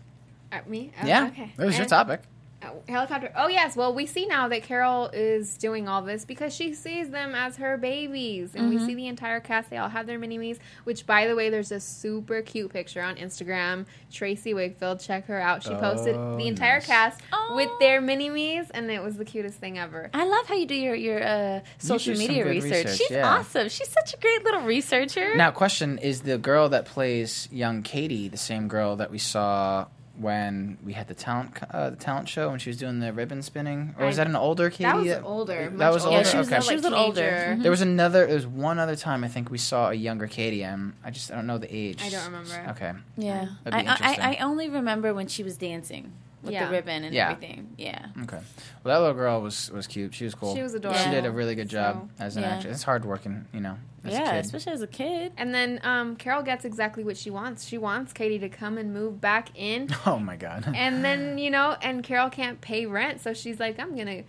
S5: uh, me? Oh,
S4: yeah,
S5: Okay.
S4: that was your
S5: And-
S4: topic.
S5: Oh, helicopter. Oh yes. Well, we see now that Carol is doing all this because she sees them as her babies, and we see the entire cast. They all have their mini me's. Which, by the way, there's a super cute picture on Instagram. Tracy Wigfield, check her out. She posted
S4: Oh,
S5: the entire
S4: nice.
S5: cast
S1: Aw.
S5: with their mini me's, and it was the cutest thing ever.
S1: I love how you do your your uh, social
S4: do some
S1: media
S4: good
S1: research.
S4: research,
S1: She's
S4: yeah.
S1: awesome. She's such a great little researcher.
S4: Now, question is the girl that plays young Katie the same girl that we saw when we had the talent co- uh, the talent show when she was doing the ribbon spinning, or
S5: I-
S4: was that an older Katie?
S5: That was older.
S4: That
S5: much
S4: was
S5: older.
S4: older. Mm-hmm.
S3: Yeah, she was
S4: okay.
S3: not, like,
S5: She was an
S3: older.
S5: older.
S4: there was another. There was one other time I think we saw a younger Katie. I'm, I just I don't know the age.
S5: I don't remember.
S4: Okay.
S1: Yeah,
S4: That'd be
S1: I, I- I
S4: interesting.
S1: I only remember when she was dancing with
S5: Yeah.
S1: the ribbon and
S4: Yeah.
S1: everything. Yeah,
S4: Okay. Well, that little girl was was cute. She was cool.
S5: She was
S4: She
S5: adorable.
S4: did a really good job as an
S1: Yeah.
S4: actress. It's hard working, you know. As
S1: yeah,
S4: a kid.
S1: especially as a kid.
S5: And then um, Carol gets exactly what she wants. She wants Katie to come and move back in.
S4: Oh my god.
S5: And then, you know, and Carol can't pay rent. So she's like, I'm going to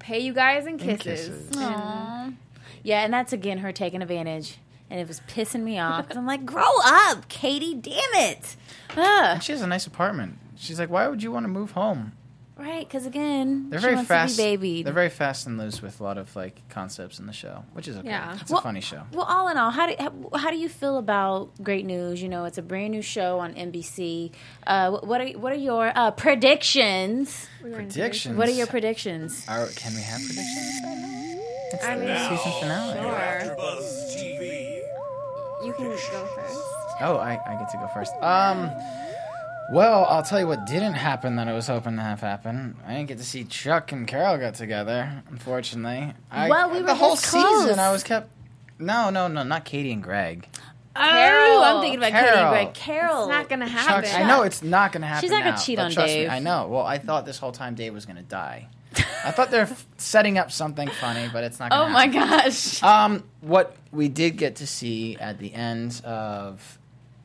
S5: pay you guys in kisses.
S4: kisses.
S1: Aw. Yeah, and that's again her taking advantage, and it was pissing me off. 'cause I'm like, grow up, Katie. Damn it. Ugh.
S4: And she has a nice apartment. She's like, why would you want to move home?
S1: Right, because again,
S4: They're
S1: she
S4: very
S1: wants
S4: fast.
S1: to be babied.
S4: They're very fast and loose with a lot of like concepts in the show, which is okay.
S5: Yeah.
S4: It's
S1: Well-
S4: a funny show.
S1: Well, all in all, how do how, how do you feel about Great News? You know, it's a brand new show on NBC. Uh, wh- what are what are your uh, predictions?
S5: We were in-
S4: Predictions.
S1: What are your predictions?
S4: Are- can we have predictions? It's
S5: I
S4: the
S5: mean,
S4: season finale.
S5: Sure.
S2: Buzz TV.
S5: You can go first.
S4: Oh, I, I get to go first. Um, well, I'll tell you what didn't happen that I was hoping to have happen. I didn't get to see Chuck and Carol get together, unfortunately. I,
S1: Well, we were
S4: the whole
S1: this close.
S4: season. I was kept. No, no, no, not Katie and Greg.
S1: Oh, I'm thinking about Katie and
S4: Carol.
S1: Greg. Carol,
S5: It's not going to
S4: Chuck,
S5: happen.
S4: I know it's not going to happen.
S1: She's not
S4: going
S1: gonna
S4: to
S1: cheat on
S4: trust
S1: Dave.
S4: Me, I know. Well, I thought this whole time Dave was going to die. I thought they're f- setting up something funny, but it's not. Gonna
S1: Oh my
S4: happen.
S1: gosh!
S4: Um, what we did get to see at the end of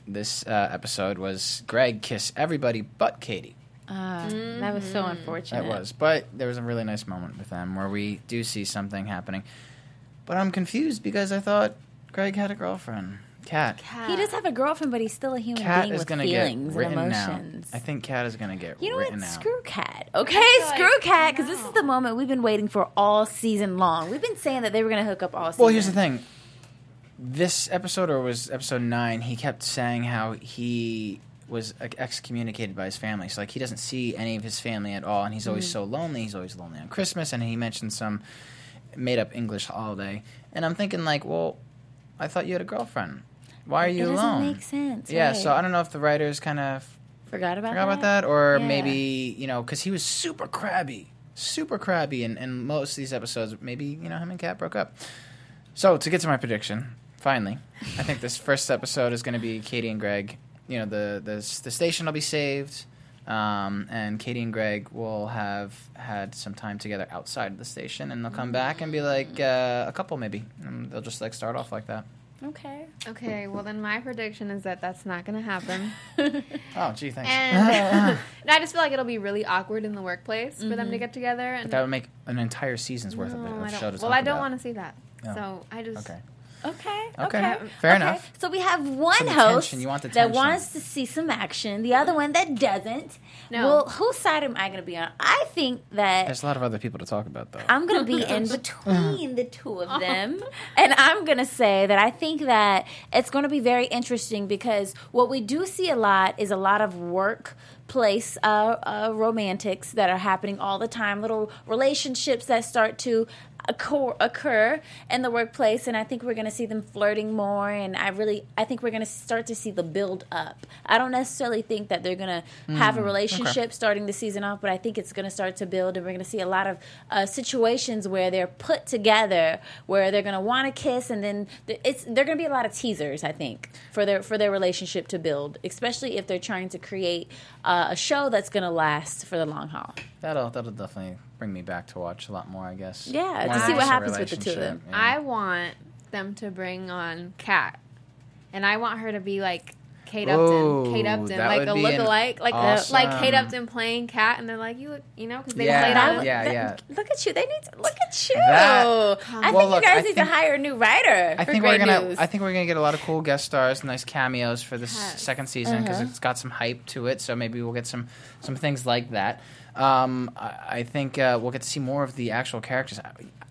S4: this uh, episode was Greg kiss everybody but Katie.
S1: Ah, That was so
S4: That
S1: unfortunate.
S4: was, but there was a really nice moment with them where we do see something happening. But I'm confused because I thought Greg had a girlfriend, Kat.
S1: He does have a girlfriend, but he's still a human
S4: Kat
S1: being
S4: is
S1: with
S4: going to get
S1: feelings and
S4: written out.
S1: emotions.
S4: I think Kat is going to get
S1: You know
S4: written
S1: what?
S4: out.
S1: Screw Cat. Okay, screw
S5: like-
S1: Cat, because this is the moment we've been waiting for all season long. We've been saying that they were going to hook up all season.
S4: Well, here's the thing. This episode, or was episode nine, he kept saying how he was ex- excommunicated by his family. So, like, he doesn't see any of his family at all, and he's
S1: Mm-hmm.
S4: always so lonely. He's always lonely on Christmas, and he mentioned some made up English holiday. And I'm thinking, like, well, I thought you had a girlfriend. Why are
S1: It
S4: you
S1: doesn't
S4: alone?
S1: make sense.
S4: Yeah,
S1: right.
S4: so I don't know if the writers kind of
S1: forgot about that.
S4: forgot about
S5: Uh-huh.
S4: that, or
S1: Yeah.
S4: maybe you know, because he was super crabby, super crabby, and and most of these episodes, maybe you know, him and Kat broke up. So to get to my prediction, finally, I think this first episode is going to be Katie and Greg. You know, the the s- the station will be saved, um, and Katie and Greg will have had some time together outside the station, and they'll come back and be like uh, a couple, maybe. And they'll just like start off like that.
S1: Okay.
S5: Okay, well, then my prediction is that that's not going to happen.
S4: Oh, gee, thanks.
S5: And, and I just feel like it'll be really awkward in the workplace for
S4: Mm-hmm.
S5: them to get together. And
S4: that would make an entire season's worth
S5: No,
S4: of, it,
S5: I
S4: of
S5: don't-
S4: show to
S5: well,
S4: talk
S5: I don't
S4: about.
S5: want to see that.
S4: No.
S5: So I just
S4: Okay.
S1: Okay.
S4: Okay,
S1: Okay.
S4: fair
S1: okay.
S4: enough.
S1: So we have one
S4: Some
S1: host
S4: attention, you want the
S1: that
S4: tension.
S1: wants to see some action, the other one that doesn't.
S5: No.
S1: Well, whose side am I going to be on? I think that
S4: There's a lot of other people to talk about, though.
S1: I'm gonna be in between the two of them, and I'm gonna say that I think that it's gonna be very interesting because what we do see a lot is a lot of workplace uh, uh, romantics that are happening all the time, little relationships that start to occur, occur in the workplace, and I think we're going to see them flirting more. And I really, I think we're going to start to see the build up. I don't necessarily think that they're going to
S4: Mm,
S1: have a relationship starting the season off, but I think it's going to start to build, and we're going to see a lot of uh, situations where they're put together, where they're going to want to kiss, and then th- it's they're going to be a lot of teasers. I think for their for their relationship to build, especially if they're trying to create uh, a show that's going to last for the long haul.
S4: That'll that'll definitely bring me back to watch a lot more, I guess.
S1: Yeah,
S4: More
S1: to
S4: than
S5: see
S4: just
S5: what
S4: a
S1: happens with the two of
S4: relationship,
S1: them.
S4: yeah.
S5: I want them to bring on Kat, and I want her to be like Kate Upton,
S4: Ooh,
S5: Kate Upton,
S4: that
S5: like
S4: would
S5: a
S4: be an
S5: lookalike, like
S4: awesome-
S5: like Kate Upton playing Kat, and they're like, you look, you know, because they
S4: Yeah,
S5: played
S1: That
S5: on.
S1: would-
S4: Uh, yeah,
S1: that-
S4: yeah.
S1: Look at you. They need to look at you.
S4: That-
S1: I
S4: Well,
S1: think
S4: look,
S1: you guys
S4: I
S1: need
S4: think-
S1: to hire a new writer.
S4: I
S1: for
S4: think we're
S1: Great
S4: gonna.
S1: News.
S4: I think we're gonna get a lot of cool guest stars, nice cameos for this
S5: Yes.
S4: second season because
S1: Uh-huh.
S4: it's got some hype to it. So maybe we'll get some some things like that. Um, I, I think uh, we'll get to see more of the actual characters.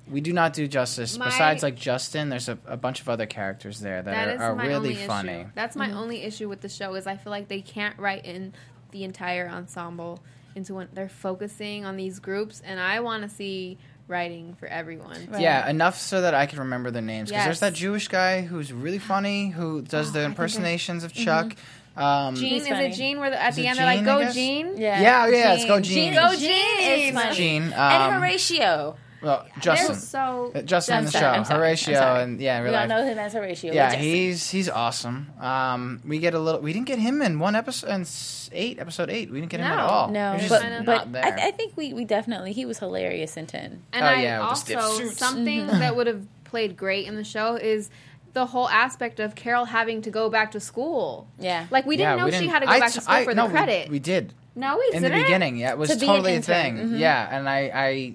S4: We do not do justice.
S5: My-
S4: Besides, like Justin, there's a, a bunch of other characters there that,
S5: That
S4: are, are
S5: is my
S4: really
S5: only
S4: funny.
S5: issue. That's
S1: Mm-hmm.
S5: my only issue with the show is I feel like they can't write in the entire ensemble into one. They're focusing on these groups, and I want to see writing for everyone.
S1: Right.
S4: Yeah, enough so that I can remember their names. Because there's
S5: Yes.
S4: that Jewish guy who's really funny, who does the impersonations of Chuck. Um,
S5: Gene,
S1: He's
S5: is
S1: funny.
S5: it Gene where the, at
S4: Is
S5: the
S4: it
S5: end they're like,
S4: Gene, I
S5: go
S4: guess?
S5: Gene?
S1: Yeah.
S4: yeah, yeah, let's go Gene.
S5: Go
S1: Gene
S5: Gene.
S1: is funny.
S4: Gene, um,
S1: and Horatio.
S4: Well,
S5: They're
S4: Justin.
S5: so.
S4: Uh, Justin in the
S1: I'm sorry,
S4: show.
S1: I'm sorry, I'm
S4: Horatio
S1: sorry.
S4: and yeah, in
S1: We
S4: real
S1: all
S4: life.
S1: know him as Horatio. We're
S4: Yeah,
S1: Justin.
S4: he's he's awesome. Um, we get a little. We didn't get him in one episode, in s- eight episode eight. We didn't get him at
S5: No,
S4: all.
S1: No,
S4: He was just
S1: but, but
S4: not there.
S1: I, I think we, we definitely he was hilarious in ten.
S5: And
S4: Oh,
S5: I
S4: yeah, with the stiff
S5: also
S4: suits. Mm-hmm.
S5: something that would have played great in the show is the whole aspect of Carol having to go back to school.
S1: Yeah.
S5: like we didn't
S4: Yeah,
S5: know
S4: we
S5: she
S4: didn't-
S5: had to go
S4: I
S5: back
S4: t-
S5: to school
S4: I-
S5: for
S4: no,
S5: the
S4: we-
S5: credit.
S4: We, did
S5: no, we
S4: in
S5: didn't.
S4: the beginning. Yeah, it was
S1: To be an
S4: totally a
S1: intern,
S4: thing. Yeah, and I, I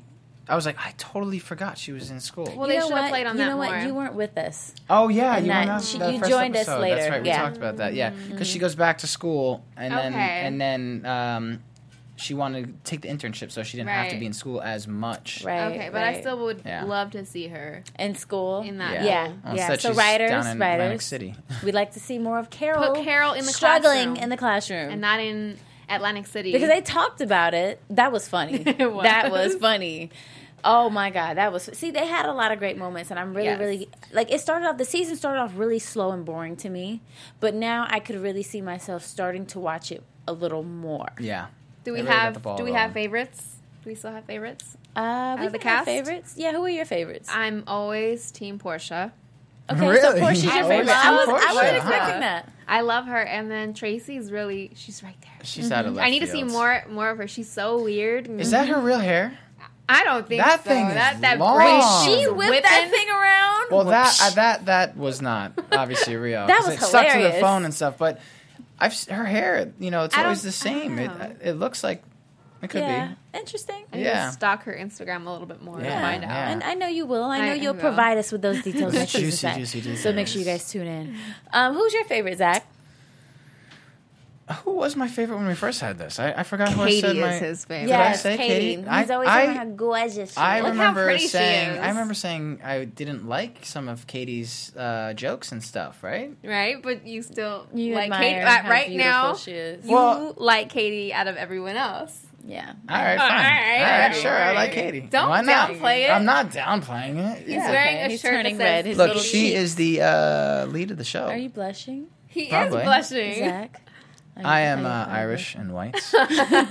S4: I was like, I totally forgot she was in school.
S5: Well, they
S1: You know
S5: should have
S1: what?
S5: played on
S1: you
S5: that
S1: know
S5: more.
S1: what? You weren't with us.
S4: oh yeah,
S1: and
S4: you,
S1: that-
S4: went on
S1: she-
S4: the
S1: you
S4: first
S1: joined us
S4: episode.
S1: later,
S4: That's right. We
S1: yeah. Mm-hmm.
S4: talked about that. Yeah, because she goes back to school and then
S5: Okay.
S4: and then um, she wanted to take the internship, so she didn't have to
S5: Right.
S4: be in school as much.
S1: Right.
S5: okay, but I
S1: right.
S5: still would
S4: Yeah.
S5: love to see her
S1: in school
S5: in
S4: Yeah.
S5: that.
S1: Yeah,
S4: Well,
S1: yeah.
S4: instead
S1: So
S4: she's
S1: writers,
S4: down in
S1: writers.
S4: Atlantic City.
S1: We'd like to see more of Carol.
S5: Put Carol in
S1: Oh,
S5: the
S1: struggling
S5: classroom.
S1: in the classroom,
S5: and not in Atlantic City
S1: because they talked about it. That was funny.
S5: It was.
S1: That was funny. Oh my god, that was see. They had a lot of great moments, and I'm really,
S5: Yes.
S1: really like it. Started off the season started off really slow and boring to me, but now I could really see myself starting to watch it a little more.
S4: Yeah.
S5: do we
S4: They really got
S5: have
S4: the ball
S5: do we have
S4: rolling.
S5: favorites? Do we still have favorites?
S1: Uh, we
S5: Out of the
S1: can have
S5: cast?
S1: favorites. Yeah, who are your favorites?
S5: I'm always Team Portia.
S1: Okay, so
S4: Really?
S1: Portia's your
S5: Always
S1: favorite. I was, I
S4: Portia,
S1: wasn't
S4: huh?
S1: expecting that.
S5: I love her, and then Tracy's really she's right there.
S4: She's out
S1: Mm-hmm.
S4: of left
S5: I need to see
S4: field.
S5: more more of her. She's so weird. Mm.
S4: Is that her real hair?
S5: I don't think
S4: That
S5: so.
S4: thing is
S5: that that
S4: long.
S5: braid
S4: Wait,
S1: She
S4: she
S5: she's
S1: whipped that
S5: whipping.
S1: thing around.
S4: Well, that uh, that that was not obviously real.
S1: That
S4: 'cause
S1: was
S4: it stuck to the
S1: hilarious.
S4: phone and stuff. But I've s- her hair. You know, it's
S5: I
S4: always
S5: don't-
S4: the same.
S5: I
S4: It uh,
S5: don't know.
S4: it looks like it could
S1: yeah,
S4: be.
S1: interesting.
S5: I need to
S4: Yeah.
S5: stalk her Instagram a little bit more
S4: Yeah,
S5: to find out.
S4: yeah.
S1: And I know you will. I
S5: I-
S1: know
S5: I
S1: you'll
S5: will.
S1: provide us with those details next
S4: Juicy,
S1: season, Zach.
S4: juicy details.
S1: So make sure you guys tune in. Um, who's your favorite, Zach?
S4: Who was my favorite when we first had this? I, I forgot who I said
S5: Katie
S4: my.
S5: is his favorite.
S4: Did I
S1: Yes,
S4: say Katie?
S1: He's
S4: I-
S1: always
S4: I-
S1: telling how gorgeous she
S4: I
S1: is.
S5: Look how
S4: remember
S5: pretty she
S4: saying.
S5: is.
S4: I remember saying I didn't like some of Katie's uh, jokes and stuff. Right?
S5: Right, but you still
S1: You
S5: like
S1: admire
S5: Katie
S1: how
S5: uh, right
S1: beautiful
S5: now.
S1: She is.
S5: You
S4: Well-
S5: like Katie out of everyone else.
S1: yeah.
S4: All right,
S5: All
S4: fine. All
S5: right,
S4: right,
S5: all right,
S4: sure.
S5: all
S4: I like
S5: right.
S4: Katie.
S5: Don't
S4: Why not?
S5: downplay it.
S4: I'm not downplaying it.
S5: He's
S4: Yeah.
S5: wearing a
S1: He's
S5: shirt
S1: turning
S5: that says
S1: red. His
S4: Look,
S1: little
S4: she
S1: cheek.
S4: is the uh, lead of the show.
S1: Are you blushing,
S5: he
S4: Probably.
S5: is blushing.
S1: Zach? Are you-
S4: I am
S1: are you-
S4: uh,
S1: are you
S4: Irish and white. and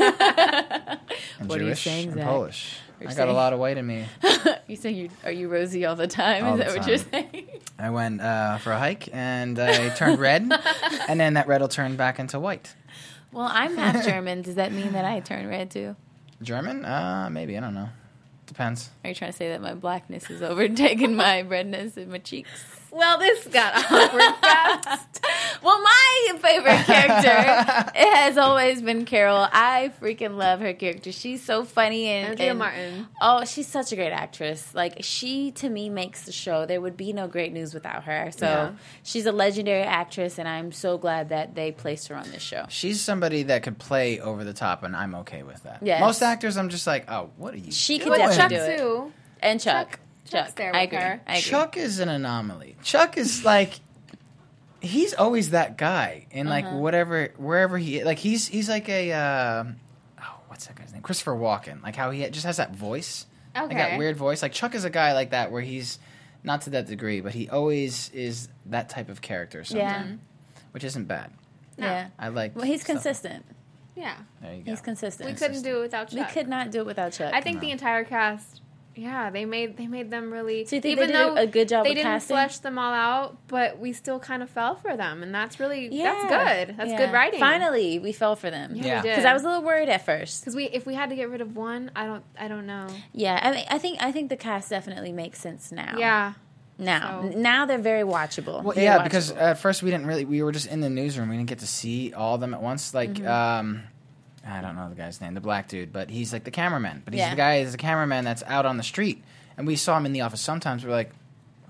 S1: What are you
S4: Jewish
S1: saying,
S4: and
S1: Zach?
S4: Polish. I got a
S1: saying-
S4: lot of white in me.
S1: blushing? You saying you are you rosy all the time?
S4: All
S1: is
S4: the
S1: that what
S4: time.
S1: you're saying?
S4: I went uh, for a hike and I turned red, and then that red will turn back into white.
S1: Well, I'm half German. Does that mean that I turn red too?
S4: German? Uh, maybe I don't know. Depends.
S1: Are you trying to say that my blackness is overtaking my redness and my cheeks?
S5: Well, this got awkward fast.
S1: Well, my favorite character it has always been Carol. I freaking love her character. She's so funny and,
S5: Andrea
S1: and-
S5: Martin.
S1: Oh, she's such a great actress. Like she to me makes the show. There would be no great news without her. So
S5: Yeah.
S1: she's a legendary actress, and I'm so glad that they placed her on this show.
S4: She's somebody that could play over the top, and I'm okay with that.
S1: Yes.
S4: Most actors, I'm just like, oh, what are you?
S1: She could
S4: doing?
S1: definitely
S5: Chuck
S1: do it.
S5: too.
S1: And Chuck,
S5: Chuck-
S1: Chuck,
S5: Chuck's there
S1: I
S5: with
S1: agree.
S5: her.
S1: I agree.
S4: Chuck is an anomaly. Chuck is like he's always that guy in like
S1: Uh-huh.
S4: whatever wherever he like he's he's like a uh, oh what's that guy's name Christopher Walken like how he just has that voice like
S5: Okay.
S4: that weird voice like Chuck is a guy like that where he's not to that degree but he always is that type of character
S1: Yeah,
S4: sometimes which isn't bad
S1: yeah.
S4: I like
S1: Well, he's
S4: stuff-
S1: consistent.
S5: Yeah.
S4: there you go
S1: He's consistent.
S5: We couldn't do it without
S1: We
S5: Chuck.
S1: could not do it without Chuck.
S5: I think the entire cast. Yeah, they made they made them really.
S1: So you think they did a good job
S5: they
S1: with
S5: didn't
S1: casting?
S5: flesh them all out, but we still kind of fell for them, and that's really
S1: Yeah.
S5: that's good. That's
S1: Yeah.
S5: good writing.
S1: Finally, we fell for them.
S4: Yeah.
S1: Because I was a little worried at first.
S5: because we if we had to get rid of one, I don't I don't know.
S1: Yeah, I, mean, I think I think the cast definitely makes sense now.
S5: Yeah,
S1: now
S5: So-
S1: now they're very watchable.
S4: Well,
S1: Very
S4: yeah, because
S1: watchable.
S4: at first we didn't really. We were just in the newsroom. We didn't get to see all of them at once. Like,
S1: Mm-hmm.
S4: um, I don't know the guy's name, the black dude, but he's like the cameraman. But he's
S1: Yeah.
S4: the guy is the cameraman that's out on the street, and we saw him in the office. Sometimes we're like,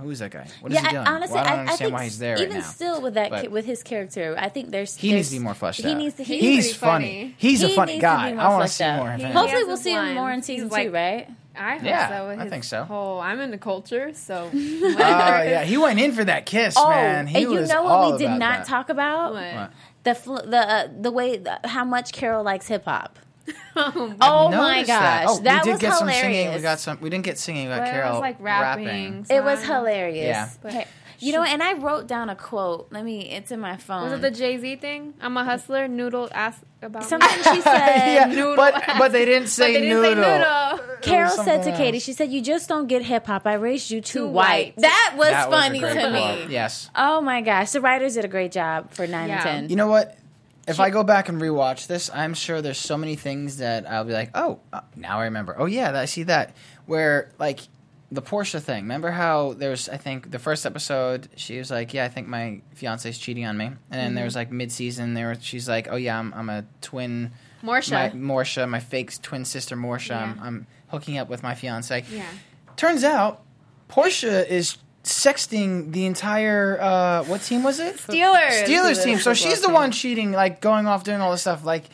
S4: "Who is that guy? What is
S1: yeah,
S4: he doing?"
S1: I, honestly,
S4: well, I don't
S1: I,
S4: understand
S1: think
S4: why he's there
S1: even
S4: right now.
S1: still with that
S4: But-
S1: ki- with his character, I think there's
S4: he
S1: there's-
S4: needs to be more fleshed
S1: he
S4: out.
S1: Needs to, he
S5: He's
S1: needs
S4: he's
S5: pretty
S4: funny.
S5: funny.
S4: He's a
S1: He
S4: funny
S1: needs to be
S4: guy.
S1: more
S4: I want to
S1: fleshed
S4: see
S1: out.
S4: more of
S5: He-
S4: him.
S1: Hopefully,
S5: has
S1: we'll
S5: his
S1: see him more in
S5: lines.
S1: season
S5: He's like-
S1: two, right?
S5: I hope
S4: Yeah,
S5: so.
S4: I
S5: his
S4: think so.
S5: Whole, I'm into culture, so
S4: Oh yeah, he went in for that kiss, man.
S1: Oh,
S4: He
S1: and you
S4: was
S1: know
S4: all
S1: what we did
S4: about
S1: not
S4: that.
S1: talk about
S5: What?
S1: the fl- the uh, the way the, how much Carol likes hip hop.
S5: Oh,
S1: Oh my gosh,
S4: Noticed that.
S1: that,
S4: Oh, we did
S1: was hilarious.
S4: get some singing. We got some. We didn't get singing. We got
S5: But it
S4: Carol
S5: was like rapping.
S1: It was
S5: so I don't-
S1: hilarious.
S4: Yeah.
S1: Okay. You know, and I wrote down a quote. Let me. It's in my phone.
S5: Was it the Jay Z thing? I'm a hustler. Noodle asked about me.
S1: Something she said.
S4: yeah, but but they didn't say
S5: They didn't
S4: noodle.
S5: say noodle.
S1: Carol said
S4: something
S1: to Katie,
S4: else.
S1: she said, "You just don't get hip hop. I raised you too,
S5: Too
S1: white.
S5: white.
S1: That was
S4: That was a
S1: funny
S4: great
S1: to me.
S4: quote. Yes.
S1: Oh my gosh, the writers did a great job for nine
S5: Yeah.
S1: and ten.
S4: You know what? If I go back and rewatch this, I'm sure there's so many things that I'll be like, oh, uh, now I remember. Oh yeah, I see that. Where like the Portia thing. Remember how there was? I think the first episode, she was like, yeah, I think my fiance's cheating on me. And then there was like mid season, there was she's like, oh yeah, I'm, I'm a twin.
S5: Marcia.
S4: My, Morsha, my fake twin sister Morsha. I'm,
S5: Yeah.
S4: I'm hooking up with my fiance.
S5: Yeah.
S4: Turns out, Portia is sexting the entire. Uh, what team was it?
S5: Steelers.
S4: Steelers team. So she's the one cheating, like going off doing all this stuff. Like,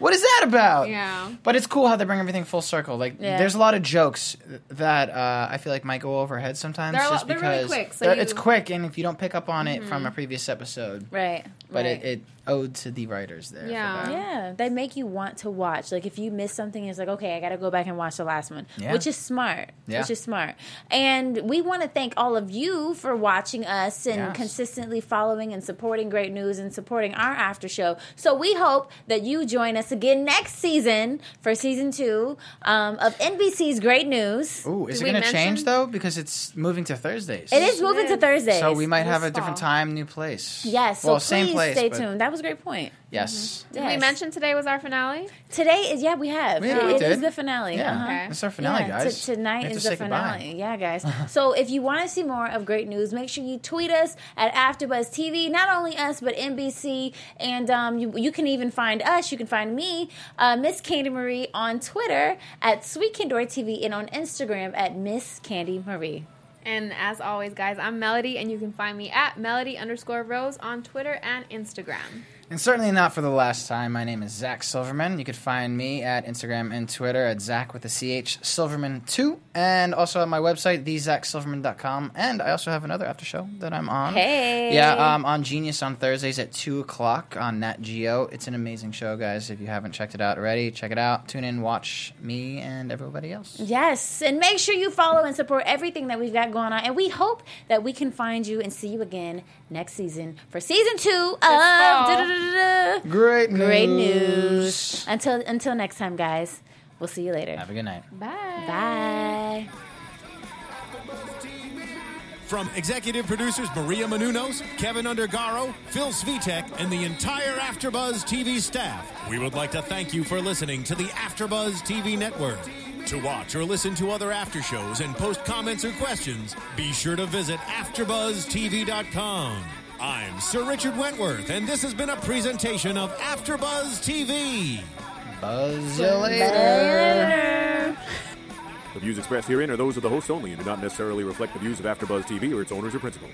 S4: what is that about?
S5: Yeah.
S4: But it's cool how they bring everything full circle. Like,
S1: Yeah.
S4: there's a lot of jokes that uh, I feel like might go overhead sometimes.
S5: They're a
S4: just
S5: lot- they're
S4: because
S5: really quick, so
S4: they're-
S5: you- Mm-hmm.
S4: it's quick, and if you don't pick up on it from a previous episode,
S1: Right.
S4: but
S1: right.
S4: it, it owed to the writers there. for
S5: Yeah.
S4: that.
S1: Yeah, they make you want to watch. Like if you miss something, it's like okay, I got to go back and watch the last one,
S4: Yeah.
S1: which is smart.
S4: Yeah.
S1: Which is smart. And we want to thank all of you for watching us and
S4: Yes.
S1: consistently following and supporting Great News and supporting our after show. So we hope that you join us again next season for season two um, of NBC's Great News.
S4: Ooh, is
S5: Did
S4: it
S5: we
S4: going to change
S5: mention-
S4: though? Because it's moving to Thursdays.
S1: It is moving to
S5: is.
S1: Thursdays.
S4: So we might
S5: this
S4: have a different
S5: fall.
S4: time, new place.
S1: Yes. So
S4: well,
S1: please
S4: same place.
S1: stay
S4: but-
S1: tuned. Mm-hmm. That was a great point.
S4: Yes.
S5: Did we
S1: Yes.
S5: mention today was our finale?
S1: Today is yeah we have
S4: Yeah,
S1: It-
S4: we
S1: it is
S4: did.
S1: the finale.
S4: Yeah.
S1: Uh-huh.
S5: Okay.
S4: It's our finale,
S1: Yeah,
S4: guys.
S1: t-
S4: We
S1: tonight
S4: have
S1: is
S4: to
S1: the
S4: say goodbye.
S1: finale. Yeah, guys. so if you want to see more of great news, make sure you tweet us at AfterBuzz TV. Not only us, but NBC, and um, you, you can even find us. You can find me, uh, Miss Candy Marie, on Twitter at Sweet Candory TV, and on Instagram at Miss Candy Marie.
S5: And as always, guys, I'm Melody, and you can find me at Melody underscore Rose on Twitter and Instagram.
S4: And certainly not for the last time. My name is Zach Silverman. You could find me at Instagram and Twitter at Zach with a CH Silverman2. And also on my website, thezachsilverman.com. And I also have another after show that I'm on.
S1: Hey.
S4: Yeah, um, on Genius on Thursdays at 2 o'clock on Nat Geo. It's an amazing show, guys. If you haven't checked it out already, check it out. Tune in, watch me and everybody else.
S1: Yes, and make sure you follow and support everything that we've got going on. And we hope that we can find you and see you again next season for season two of.
S5: fall.
S1: Da-da-da-da-da.
S4: Great news.
S1: Great news. Until until next time, guys. We'll see you later.
S4: Have a good night.
S5: Bye.
S1: Bye.
S2: From executive producers Maria Manunos, Kevin Undergaro, Phil Svitek, and the entire AfterBuzz TV staff, we would like to thank you for listening to the AfterBuzz TV network. To watch or listen to other after shows and post comments or questions, be sure to visit AfterBuzzTV.com. I'm Sir Richard Wentworth, and this has been a presentation of AfterBuzz TV.
S4: Buzz you later.
S6: The views expressed herein are those of the hosts only and do not necessarily reflect the views of AfterBuzz TV or its owners or principals.